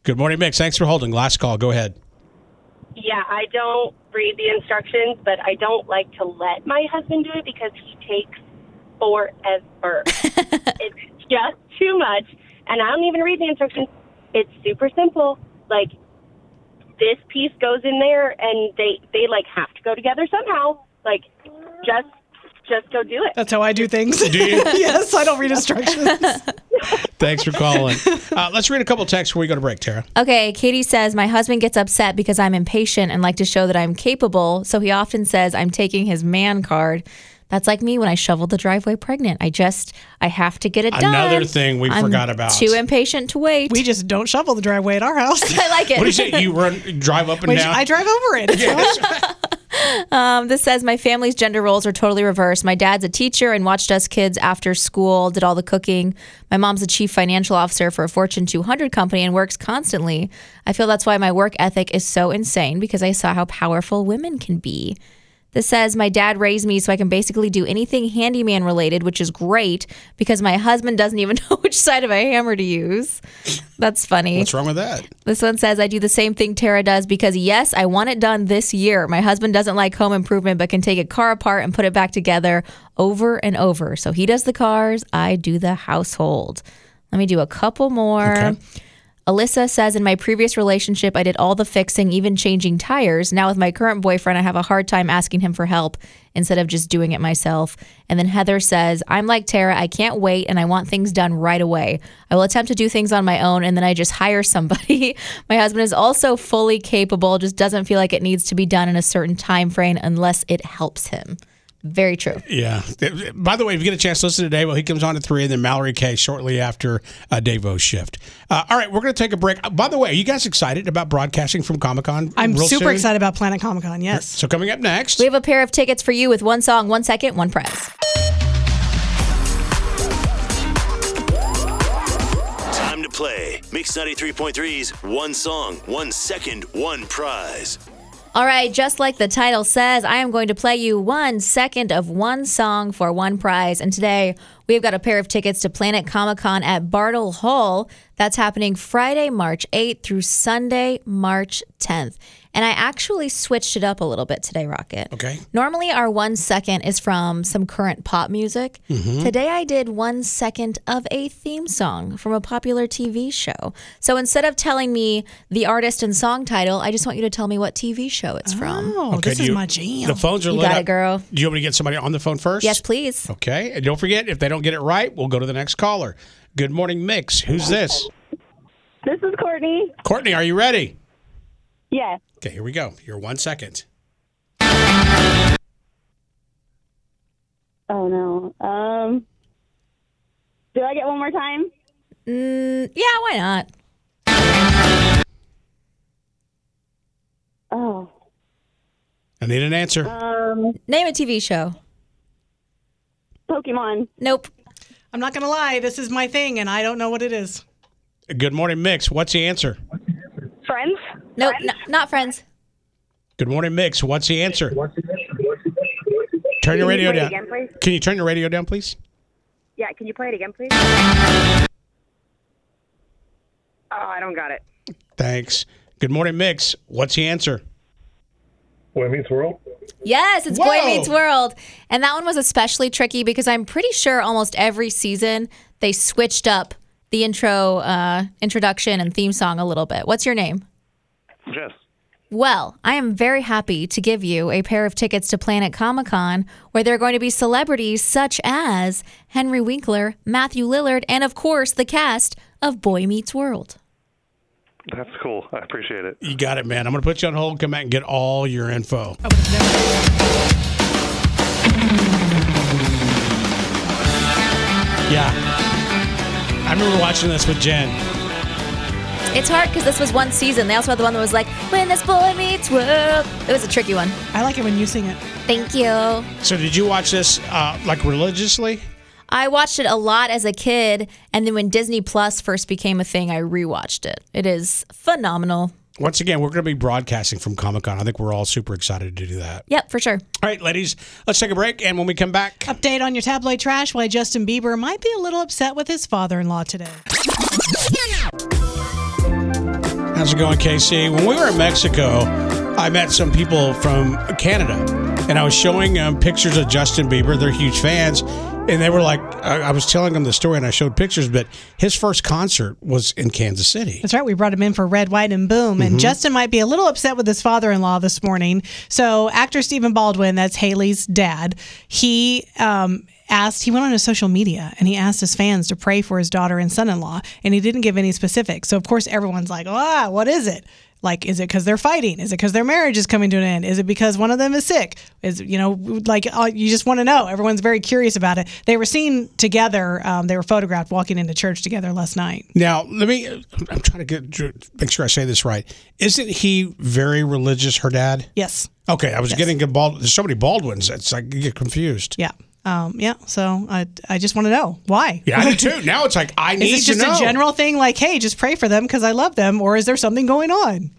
[SPEAKER 10] Good morning, Mix. Thanks for holding. Last call. Go ahead.
[SPEAKER 2] Yeah, I don't read the instructions, but I don't like to let my husband do it because he takes forever. it's just too much, and I don't even read the instructions. It's super simple. Like this piece goes in there, and they they like have to go together somehow. Like just just go do it.
[SPEAKER 12] That's how I do things.
[SPEAKER 10] Do you?
[SPEAKER 12] yes, I don't read instructions.
[SPEAKER 10] Thanks for calling. Uh, let's read a couple texts before we go to break, Tara.
[SPEAKER 11] Okay, Katie says, My husband gets upset because I'm impatient and like to show that I'm capable. So he often says, I'm taking his man card. That's like me when I shoveled the driveway pregnant. I just, I have to get it done.
[SPEAKER 10] Another thing we
[SPEAKER 11] I'm
[SPEAKER 10] forgot about.
[SPEAKER 11] Too impatient to wait. We
[SPEAKER 12] just don't shovel the driveway at our house.
[SPEAKER 11] I like it.
[SPEAKER 10] What do you say? You run, drive up and
[SPEAKER 12] Which
[SPEAKER 10] down.
[SPEAKER 12] I drive over it. It's fine.
[SPEAKER 11] Um, this says my family's gender roles are totally reversed. My dad's a teacher and watched us kids after school, did all the cooking. My mom's a chief financial officer for a Fortune 200 company and works constantly. I feel that's why my work ethic is so insane because I saw how powerful women can be. This says my dad raised me so I can basically do anything handyman related, which is great because my husband doesn't even know which side of a hammer to use. That's funny.
[SPEAKER 10] What's wrong with that?
[SPEAKER 11] This one says, I do the same thing Tara does because, yes, I want it done this year. My husband doesn't like home improvement, but can take a car apart and put it back together over and over. So he does the cars, I do the household. Let me do a couple more.
[SPEAKER 12] um,
[SPEAKER 11] Alyssa says, In my previous relationship, I did all the fixing, even changing tires. Now, with my current boyfriend, I have a hard time asking him for help instead of just doing it myself. And then Heather says, I'm like Tara, I can't wait and I want things done right away. I will attempt to do things on my own and then I just hire somebody. my husband is also fully capable, just doesn't feel like it needs to be done in a certain time frame unless it helps him. Very true.
[SPEAKER 10] Yeah. By the way, if you get a chance, listen to Dave. Well, he comes on at three, and then Mallory Kay shortly after uh, Davo's shift. Uh, all right, we're going to take a break. Uh, By the way, are you guys excited about broadcasting from Comic Con?
[SPEAKER 12] I'm super excited about Planet Comic Con. Yes.
[SPEAKER 10] So coming up next,
[SPEAKER 11] We have a pair of tickets for you with one song, one second, one press.
[SPEAKER 7] Time to play. Mix 93.3's One Song, One Second, One Prize.
[SPEAKER 11] All right, just like the title says, I am going to play you one second of one song for one prize. And today we've got a pair of tickets to Planet Comic Con at Bartle Hall. That's happening Friday, March 8th through Sunday, March 10th. And I actually switched it up a little bit today, Rocket.
[SPEAKER 10] Okay.
[SPEAKER 11] Normally, our one second is from some current pop music.
[SPEAKER 10] Mhm.
[SPEAKER 11] Today, I did one second of a theme song from a popular TV show. So instead of telling me the artist and song title, I just want you to tell me what TV show it's from.
[SPEAKER 12] Oh.
[SPEAKER 10] Okay, do you- The phones are
[SPEAKER 11] You
[SPEAKER 10] lit
[SPEAKER 11] got
[SPEAKER 10] up.
[SPEAKER 11] it, girl.
[SPEAKER 10] Do you want me to get somebody on the phone first?
[SPEAKER 11] Yes, please.
[SPEAKER 10] Okay. And don't forget, if they don't get it right, we'll go to the next caller. Good morning, Mix. Who's this?
[SPEAKER 23] This is Courtney.
[SPEAKER 10] Courtney, are you ready?
[SPEAKER 23] Yes.
[SPEAKER 10] Okay, here we go. Your one second.
[SPEAKER 23] Oh no. Um. Do I get one more time?
[SPEAKER 11] Mm, yeah, why not?
[SPEAKER 23] Oh.
[SPEAKER 10] I need an answer.
[SPEAKER 23] Um.
[SPEAKER 11] Name a TV show.
[SPEAKER 23] Pokemon.
[SPEAKER 11] Nope.
[SPEAKER 12] I'm not gonna lie. This is my thing, and I don't know what it is.
[SPEAKER 10] Good morning, Mix. What's the answer?
[SPEAKER 23] Friends.
[SPEAKER 11] Nope. n- not Friends.
[SPEAKER 10] Good morning, Mix. What's the answer? Turn your radio down. Can you turn your radio down, please?
[SPEAKER 23] Yeah. Can you play it again, please? Oh, I don't got it.
[SPEAKER 10] Thanks. Good morning, Mix. What's the answer?
[SPEAKER 13] Boy Meets World.
[SPEAKER 11] Yes, it's
[SPEAKER 10] Whoa.
[SPEAKER 11] Boy Meets World. And that one was especially tricky because I'm pretty sure almost every season they switched up the intro, uh, introduction, and theme song a little bit. What's your name?
[SPEAKER 13] Yes.
[SPEAKER 11] Well, I am very happy to give you a pair of tickets to Planet Comic Con, where there are going to be celebrities such as Henry Winkler, Matthew Lillard, and of course the cast of Boy Meets World.
[SPEAKER 13] That's cool. I appreciate it.
[SPEAKER 10] You got it, man. I'm going to put you on hold. Come back and get all your info. Yeah. I remember watching this with Jen.
[SPEAKER 11] It's hard because this was one season. They also had the one that was like, when this boy meets world. It was a tricky one.
[SPEAKER 12] I like it when you sing it.
[SPEAKER 11] Thank you.
[SPEAKER 10] So did you watch this uh, like religiously?
[SPEAKER 11] I watched it a lot as a kid, and then when Disney Plus first became a thing, I rewatched it. It is phenomenal.
[SPEAKER 10] Once again, we're going to be broadcasting from Comic Con. I think we're all super excited to do that.
[SPEAKER 11] Yep, for sure.
[SPEAKER 10] All right, ladies, let's take a break. And when we come back,
[SPEAKER 12] Update on your tabloid trash why Justin Bieber might be a little upset with his father in law today.
[SPEAKER 10] how's it going, KC? When we were in Mexico, I met some people from Canada, and I was showing them pictures of Justin Bieber. They're huge fans. And they were like, I I was telling them the story and I showed pictures, but his first concert was in Kansas City.
[SPEAKER 12] That's right. We brought him in for Red, White, and Boom.
[SPEAKER 10] Mhm.
[SPEAKER 12] And Justin might be a little upset with his father in law this morning. So, actor Stephen Baldwin, that's Haley's dad, he. Um, Asked, he went on his social media and he asked his fans to pray for his daughter and son in law, and he didn't give any specifics. So, of course, everyone's like, ah, what is it? Like, is it because they're fighting? Is it because their marriage is coming to an end? Is it because one of them is sick? Is, you know, like, uh, you just want to know. Everyone's very curious about it. They were seen together, um, they were photographed walking into church together last night.
[SPEAKER 10] Now, let me, I'm trying to get, make sure I say this right. Isn't he very religious, her dad?
[SPEAKER 12] Yes.
[SPEAKER 10] Okay, I was
[SPEAKER 12] Yes.
[SPEAKER 10] getting a Bald, there's so many Baldwins, it's like you get confused.
[SPEAKER 12] Yeah. Um, yeah. So I, I just want to know why.
[SPEAKER 10] Yeah, I do too. Now it's like, I need
[SPEAKER 12] is this
[SPEAKER 10] to
[SPEAKER 12] just
[SPEAKER 10] know.
[SPEAKER 12] a general thing like, hey, just pray for them because I love them, or is there something going on?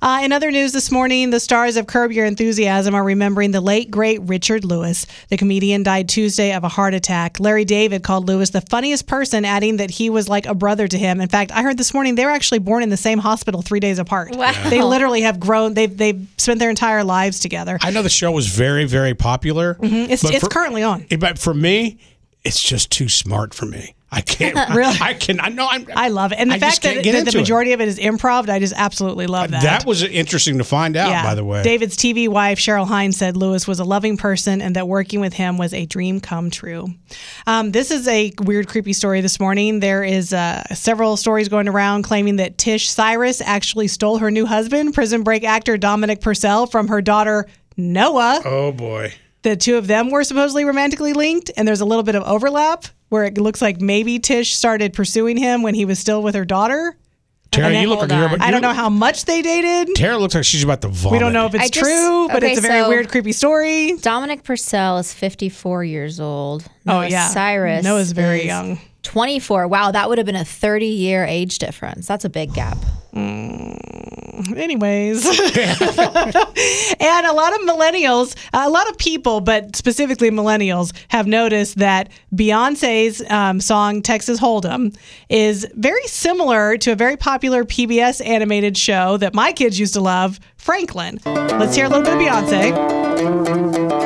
[SPEAKER 12] Uh, in other news this morning, the stars of Curb Your Enthusiasm are remembering the late, great Richard Lewis. The comedian died Tuesday of a heart attack. Larry David called Lewis the funniest person, adding that he was like a brother to him. In fact, I heard this morning they were actually born in the same hospital three days apart.
[SPEAKER 11] Wow.
[SPEAKER 12] They literally have grown, they've, they've spent their entire lives together.
[SPEAKER 10] I know the show was very, very popular.
[SPEAKER 12] It's-
[SPEAKER 10] but
[SPEAKER 12] it's currently on.
[SPEAKER 10] But for me, it's just too smart for me. I can't.
[SPEAKER 12] Really?
[SPEAKER 10] I, can. I know. I'm,
[SPEAKER 12] I love it. And the
[SPEAKER 10] I just
[SPEAKER 12] fact
[SPEAKER 10] can't
[SPEAKER 12] that,
[SPEAKER 10] get
[SPEAKER 12] that the
[SPEAKER 10] into it. Uh,
[SPEAKER 12] majority of it is improv, I just absolutely love that.
[SPEAKER 10] That was interesting to find out. By the way,
[SPEAKER 12] David's TV wife, Cheryl Hines, said Lewis was a loving person and that working with him was a dream come true. Um, this is a weird, creepy story this morning. There is uh, several stories going around claiming that Tish Cyrus actually stole her new husband, prison break actor Dominic Purcell, from her daughter, Noah.
[SPEAKER 10] Oh, boy.
[SPEAKER 12] The two of them were supposedly romantically linked, and there's a little bit of overlap where it looks like maybe Tish started pursuing him when he was still with her daughter.
[SPEAKER 10] Tara,
[SPEAKER 12] And then-
[SPEAKER 10] you look like you're. about-
[SPEAKER 12] I don't
[SPEAKER 10] you-
[SPEAKER 12] know how much they dated.
[SPEAKER 10] Tara looks like she's about to vomit.
[SPEAKER 12] We don't know if it's
[SPEAKER 11] I just-
[SPEAKER 12] true, but
[SPEAKER 11] okay,
[SPEAKER 12] it's a very
[SPEAKER 11] so-
[SPEAKER 12] weird, creepy story.
[SPEAKER 11] Dominic Purcell is 54 years old.
[SPEAKER 12] Oh,
[SPEAKER 11] Noah
[SPEAKER 12] yeah.
[SPEAKER 11] Cyrus.
[SPEAKER 12] Noah's very young.
[SPEAKER 11] 24. Wow, that would have been a 30 year age difference. That's a big gap.
[SPEAKER 12] Anyways, and a lot of millennials, a lot of people, but specifically millennials, have noticed that Beyonce's um, song "Texas Hold'em" is very similar to a very popular PBS animated show that my kids used to love, Franklin. Let's hear a little bit of Beyonce.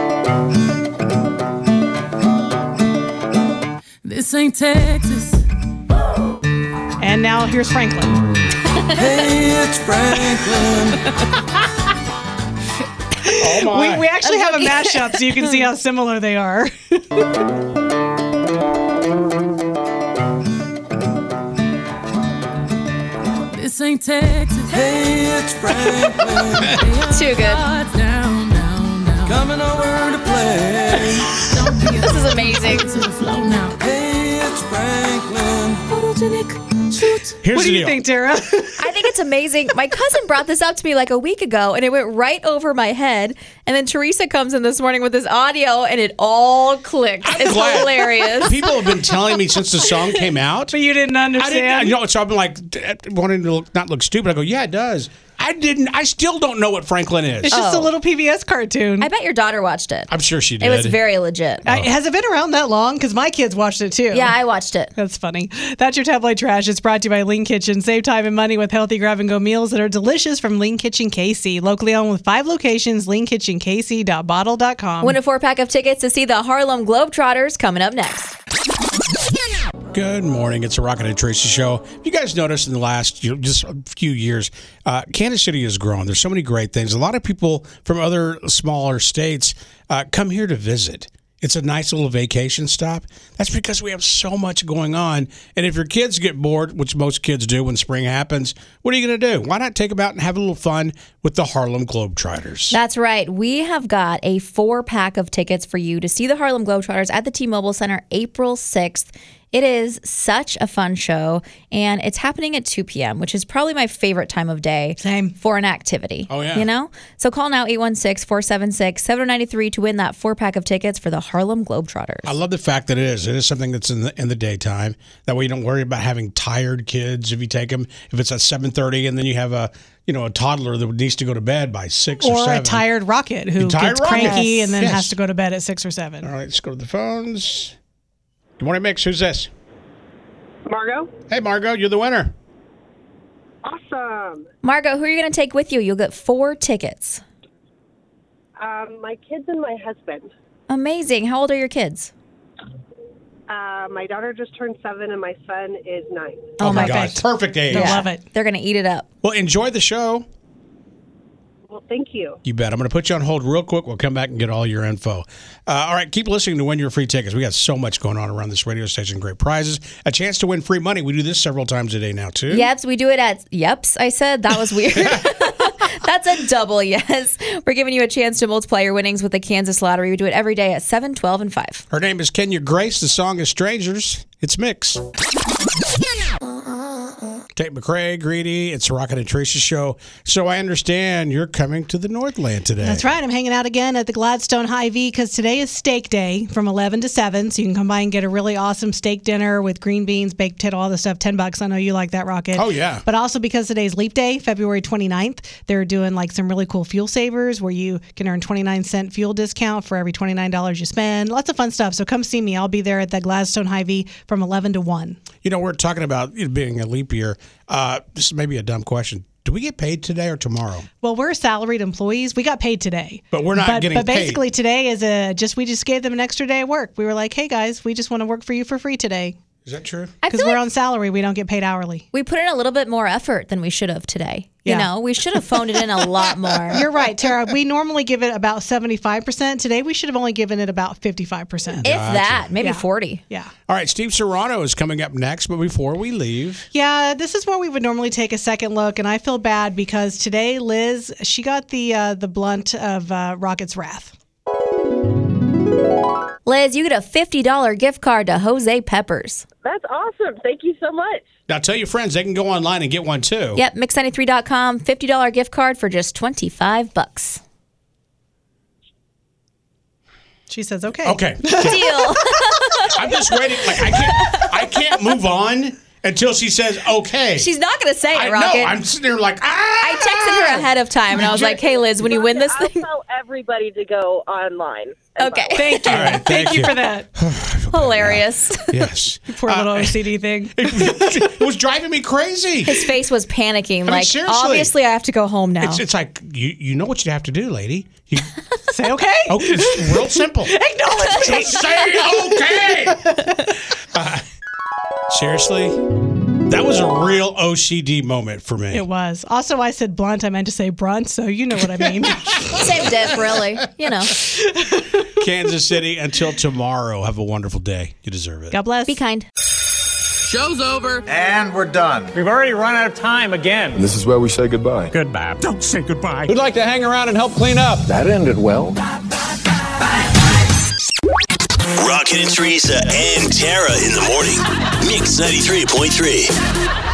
[SPEAKER 4] This ain't Texas.
[SPEAKER 12] And now here's Franklin.
[SPEAKER 4] hey, it's Franklin.
[SPEAKER 10] Oh
[SPEAKER 12] We, we actually have a mashup so you can see how similar they are.
[SPEAKER 4] This ain't Texas. Hey, it's Franklin.
[SPEAKER 11] Too good.
[SPEAKER 4] Coming over to play.
[SPEAKER 11] this is amazing.
[SPEAKER 4] Hey, it's Franklin.
[SPEAKER 10] Here's
[SPEAKER 4] What do
[SPEAKER 10] the
[SPEAKER 4] you
[SPEAKER 10] deal.
[SPEAKER 4] think,
[SPEAKER 12] Tara?
[SPEAKER 11] I think it's amazing. My cousin brought this up to me like a week ago and it went right over my head. And then Teresa comes in this morning with this audio and it all clicked. it's
[SPEAKER 10] Glad.
[SPEAKER 11] hilarious.
[SPEAKER 10] People have been telling me since the song came out. But
[SPEAKER 12] you didn't
[SPEAKER 10] I didn't, I know, so I've been like d- uh, wanting to look, not look stupid. I go, yeah, it does. I didn't. I still don't know what Franklin is.
[SPEAKER 12] It's just a little PBS cartoon.
[SPEAKER 11] Oh. I bet your daughter watched it.
[SPEAKER 10] I'm sure she
[SPEAKER 11] It
[SPEAKER 10] did.
[SPEAKER 11] was very legit.
[SPEAKER 12] I- has it been around that long? Because my kids watched it too.
[SPEAKER 11] Yeah, I watched it.
[SPEAKER 12] That's funny. That's your tabloid trash. It's brought to you by Lean Kitchen. Save time and money with healthy grab and go meals that are delicious from Lean Kitchen KC. Locally owned with five locations, leankitchenkc.bottle.com.
[SPEAKER 11] Win a four pack of tickets to see the Harlem Globetrotters coming up next.
[SPEAKER 10] Good morning. It's a Rocket and Tracy show. You guys noticed in the last you know, just a few years, uh, Kansas City has grown. There's so many great things. A lot of people from other smaller states uh, come here to visit. It's a nice little vacation stop. That's because we have so much going on. And if your kids get bored, which most kids do when spring happens, what are you going to do? Why not take them out and have a little fun with the Harlem Globetrotters?
[SPEAKER 11] That's right. We have got a four pack of tickets for you to see the Harlem Globetrotters at the T Mobile Center April 6th. It is such a fun show, and it's happening at 2 p.m., which is probably my favorite time of day Same. for an activity.
[SPEAKER 10] Oh, yeah.
[SPEAKER 11] You know? So call now 816 476 7093 to win that four pack of tickets for the Harlem Globetrotters.
[SPEAKER 10] I love the fact that it is. It is something that's in the in the daytime. That way, you don't worry about having tired kids if you take them. If it's at seven thirty, and then you have a you know a toddler that needs to go to bed by six or,
[SPEAKER 12] or a
[SPEAKER 10] seven.
[SPEAKER 12] tired rocket
[SPEAKER 10] You
[SPEAKER 12] who
[SPEAKER 10] tired
[SPEAKER 12] gets
[SPEAKER 10] rocket?
[SPEAKER 12] cranky and then
[SPEAKER 10] Yes.
[SPEAKER 12] has to go to bed at six or seven.
[SPEAKER 10] All right, let's go to the phones. Good morning, Mix. Who's this?
[SPEAKER 5] Margo.
[SPEAKER 10] Hey, Margo, you're the winner.
[SPEAKER 5] Awesome.
[SPEAKER 11] Margo, who are you going to take with you? You'll get four tickets.
[SPEAKER 5] Um, my kids and my husband.
[SPEAKER 11] Amazing. How old are your kids?
[SPEAKER 5] Uh, my daughter just turned seven, and my son is nine.
[SPEAKER 10] Oh, my gosh, perfect age.
[SPEAKER 11] it. They're going to eat it up.
[SPEAKER 10] Well, enjoy the show.
[SPEAKER 5] Well, thank you.
[SPEAKER 10] You bet. I'm going to put you on hold real quick. We'll come back and get all your info. Uh, all right, keep listening to win your free tickets. We got so much going on around this radio station. Great prizes, a chance to win free money. We do this several times a day now too.
[SPEAKER 11] Yeps, we do it at Yeps. I said that was weird. That's a double yes. We're giving you a chance to multiply your winnings with the Kansas Lottery. We do it every day at 7, 12, and 5.
[SPEAKER 10] Her name is Kenya Grace. The song is Strangers. It's Mix. Tate McRae, Greedy. It's the Rocket and Tracy show. So I understand you're coming to the Northland today.
[SPEAKER 12] That's right. I'm hanging out again at the Gladstone High V because today is steak day from 11 to 7. So you can come by and get a really awesome steak dinner with green beans, baked potato, all the stuff. 10 bucks. I know you like that, Rocket.
[SPEAKER 10] Oh, yeah.
[SPEAKER 12] But also because today's leap day, February 29th, they're doing like some really cool fuel savers where you can earn 29 cent fuel discount for every $29 you spend. Lots of fun stuff. So come see me. I'll be there at the Gladstone High V from 11 to 1.
[SPEAKER 10] You know, we're talking about it being a leap year. Uh, this may be a dumb question. Do we get paid today or tomorrow?
[SPEAKER 12] Well, we're salaried employees. We got paid today.
[SPEAKER 10] But we're not
[SPEAKER 12] but,
[SPEAKER 10] getting
[SPEAKER 12] But
[SPEAKER 10] paid.
[SPEAKER 12] basically, today is a just we just gave them an extra day of work. We were like, hey guys, we just want to work for you for free today
[SPEAKER 10] Is that true?
[SPEAKER 12] because we're on salary. We don't get paid hourly.
[SPEAKER 11] We put in a little bit more effort than we should have today.
[SPEAKER 12] Yeah.
[SPEAKER 11] You know, we should have phoned it in a lot more.
[SPEAKER 12] You're right, Tara. We normally give it about 75%. Today, we should have only given it about 55%.
[SPEAKER 11] If that, maybe
[SPEAKER 12] Yeah.
[SPEAKER 11] 40.
[SPEAKER 12] Yeah.
[SPEAKER 10] All right, Steve Serrano is coming up next, but before we leave,
[SPEAKER 12] Yeah, this is where we would normally take a second look, and I feel bad because today Liz she got the uh, the blunt of uh, Rocket's wrath.
[SPEAKER 11] Liz, you get a $50 gift card to Jose Peppers.
[SPEAKER 20] That's awesome. Thank you so much.
[SPEAKER 10] now tell your friends they can go online and get one too.
[SPEAKER 11] Yep, mix93.com, $50 gift card for just 25 bucks.
[SPEAKER 12] She says, okay.
[SPEAKER 10] Okay.
[SPEAKER 11] Deal.
[SPEAKER 10] I'm just waiting. Like I can't, I can't move on until she says okay.
[SPEAKER 11] She's not going to say it,
[SPEAKER 10] I
[SPEAKER 11] Rocket.
[SPEAKER 10] know. I'm sitting there like ah.
[SPEAKER 11] I texted her ahead of time and I was like, hey, Liz, when you win this thing.
[SPEAKER 20] Tell everybody to go online.
[SPEAKER 11] Okay. Thank
[SPEAKER 10] All right, thank, you.
[SPEAKER 12] that.
[SPEAKER 11] Hilarious.
[SPEAKER 10] Yes.
[SPEAKER 12] Poor little
[SPEAKER 10] Uh,
[SPEAKER 12] OCD thing.
[SPEAKER 10] it was driving me crazy.
[SPEAKER 11] His face was panicking.
[SPEAKER 10] I mean,
[SPEAKER 11] like,
[SPEAKER 10] seriously.
[SPEAKER 11] obviously, I have to go home now.
[SPEAKER 10] It's, it's like you you know what you have to do, lady. You,
[SPEAKER 12] Say okay.
[SPEAKER 10] okay, it's real simple.
[SPEAKER 12] Acknowledge
[SPEAKER 10] me. Just say okay. Seriously, that was a real OCD moment for me.
[SPEAKER 12] It was. Also, I said blunt. I meant to say brunt, so you know what I mean.
[SPEAKER 11] Same diff, really. You know.
[SPEAKER 10] Kansas City. Until tomorrow, have a wonderful day. You deserve it.
[SPEAKER 12] God bless.
[SPEAKER 11] Be kind.
[SPEAKER 6] Show's over.
[SPEAKER 9] And we're done. We've already run out of time again.
[SPEAKER 24] This is where we say goodbye. Goodbye. Don't say goodbye. Who'd like to hang around and help clean up? That ended well.
[SPEAKER 7] Rocket and Teresa and Tara in the morning. Mix 93.3.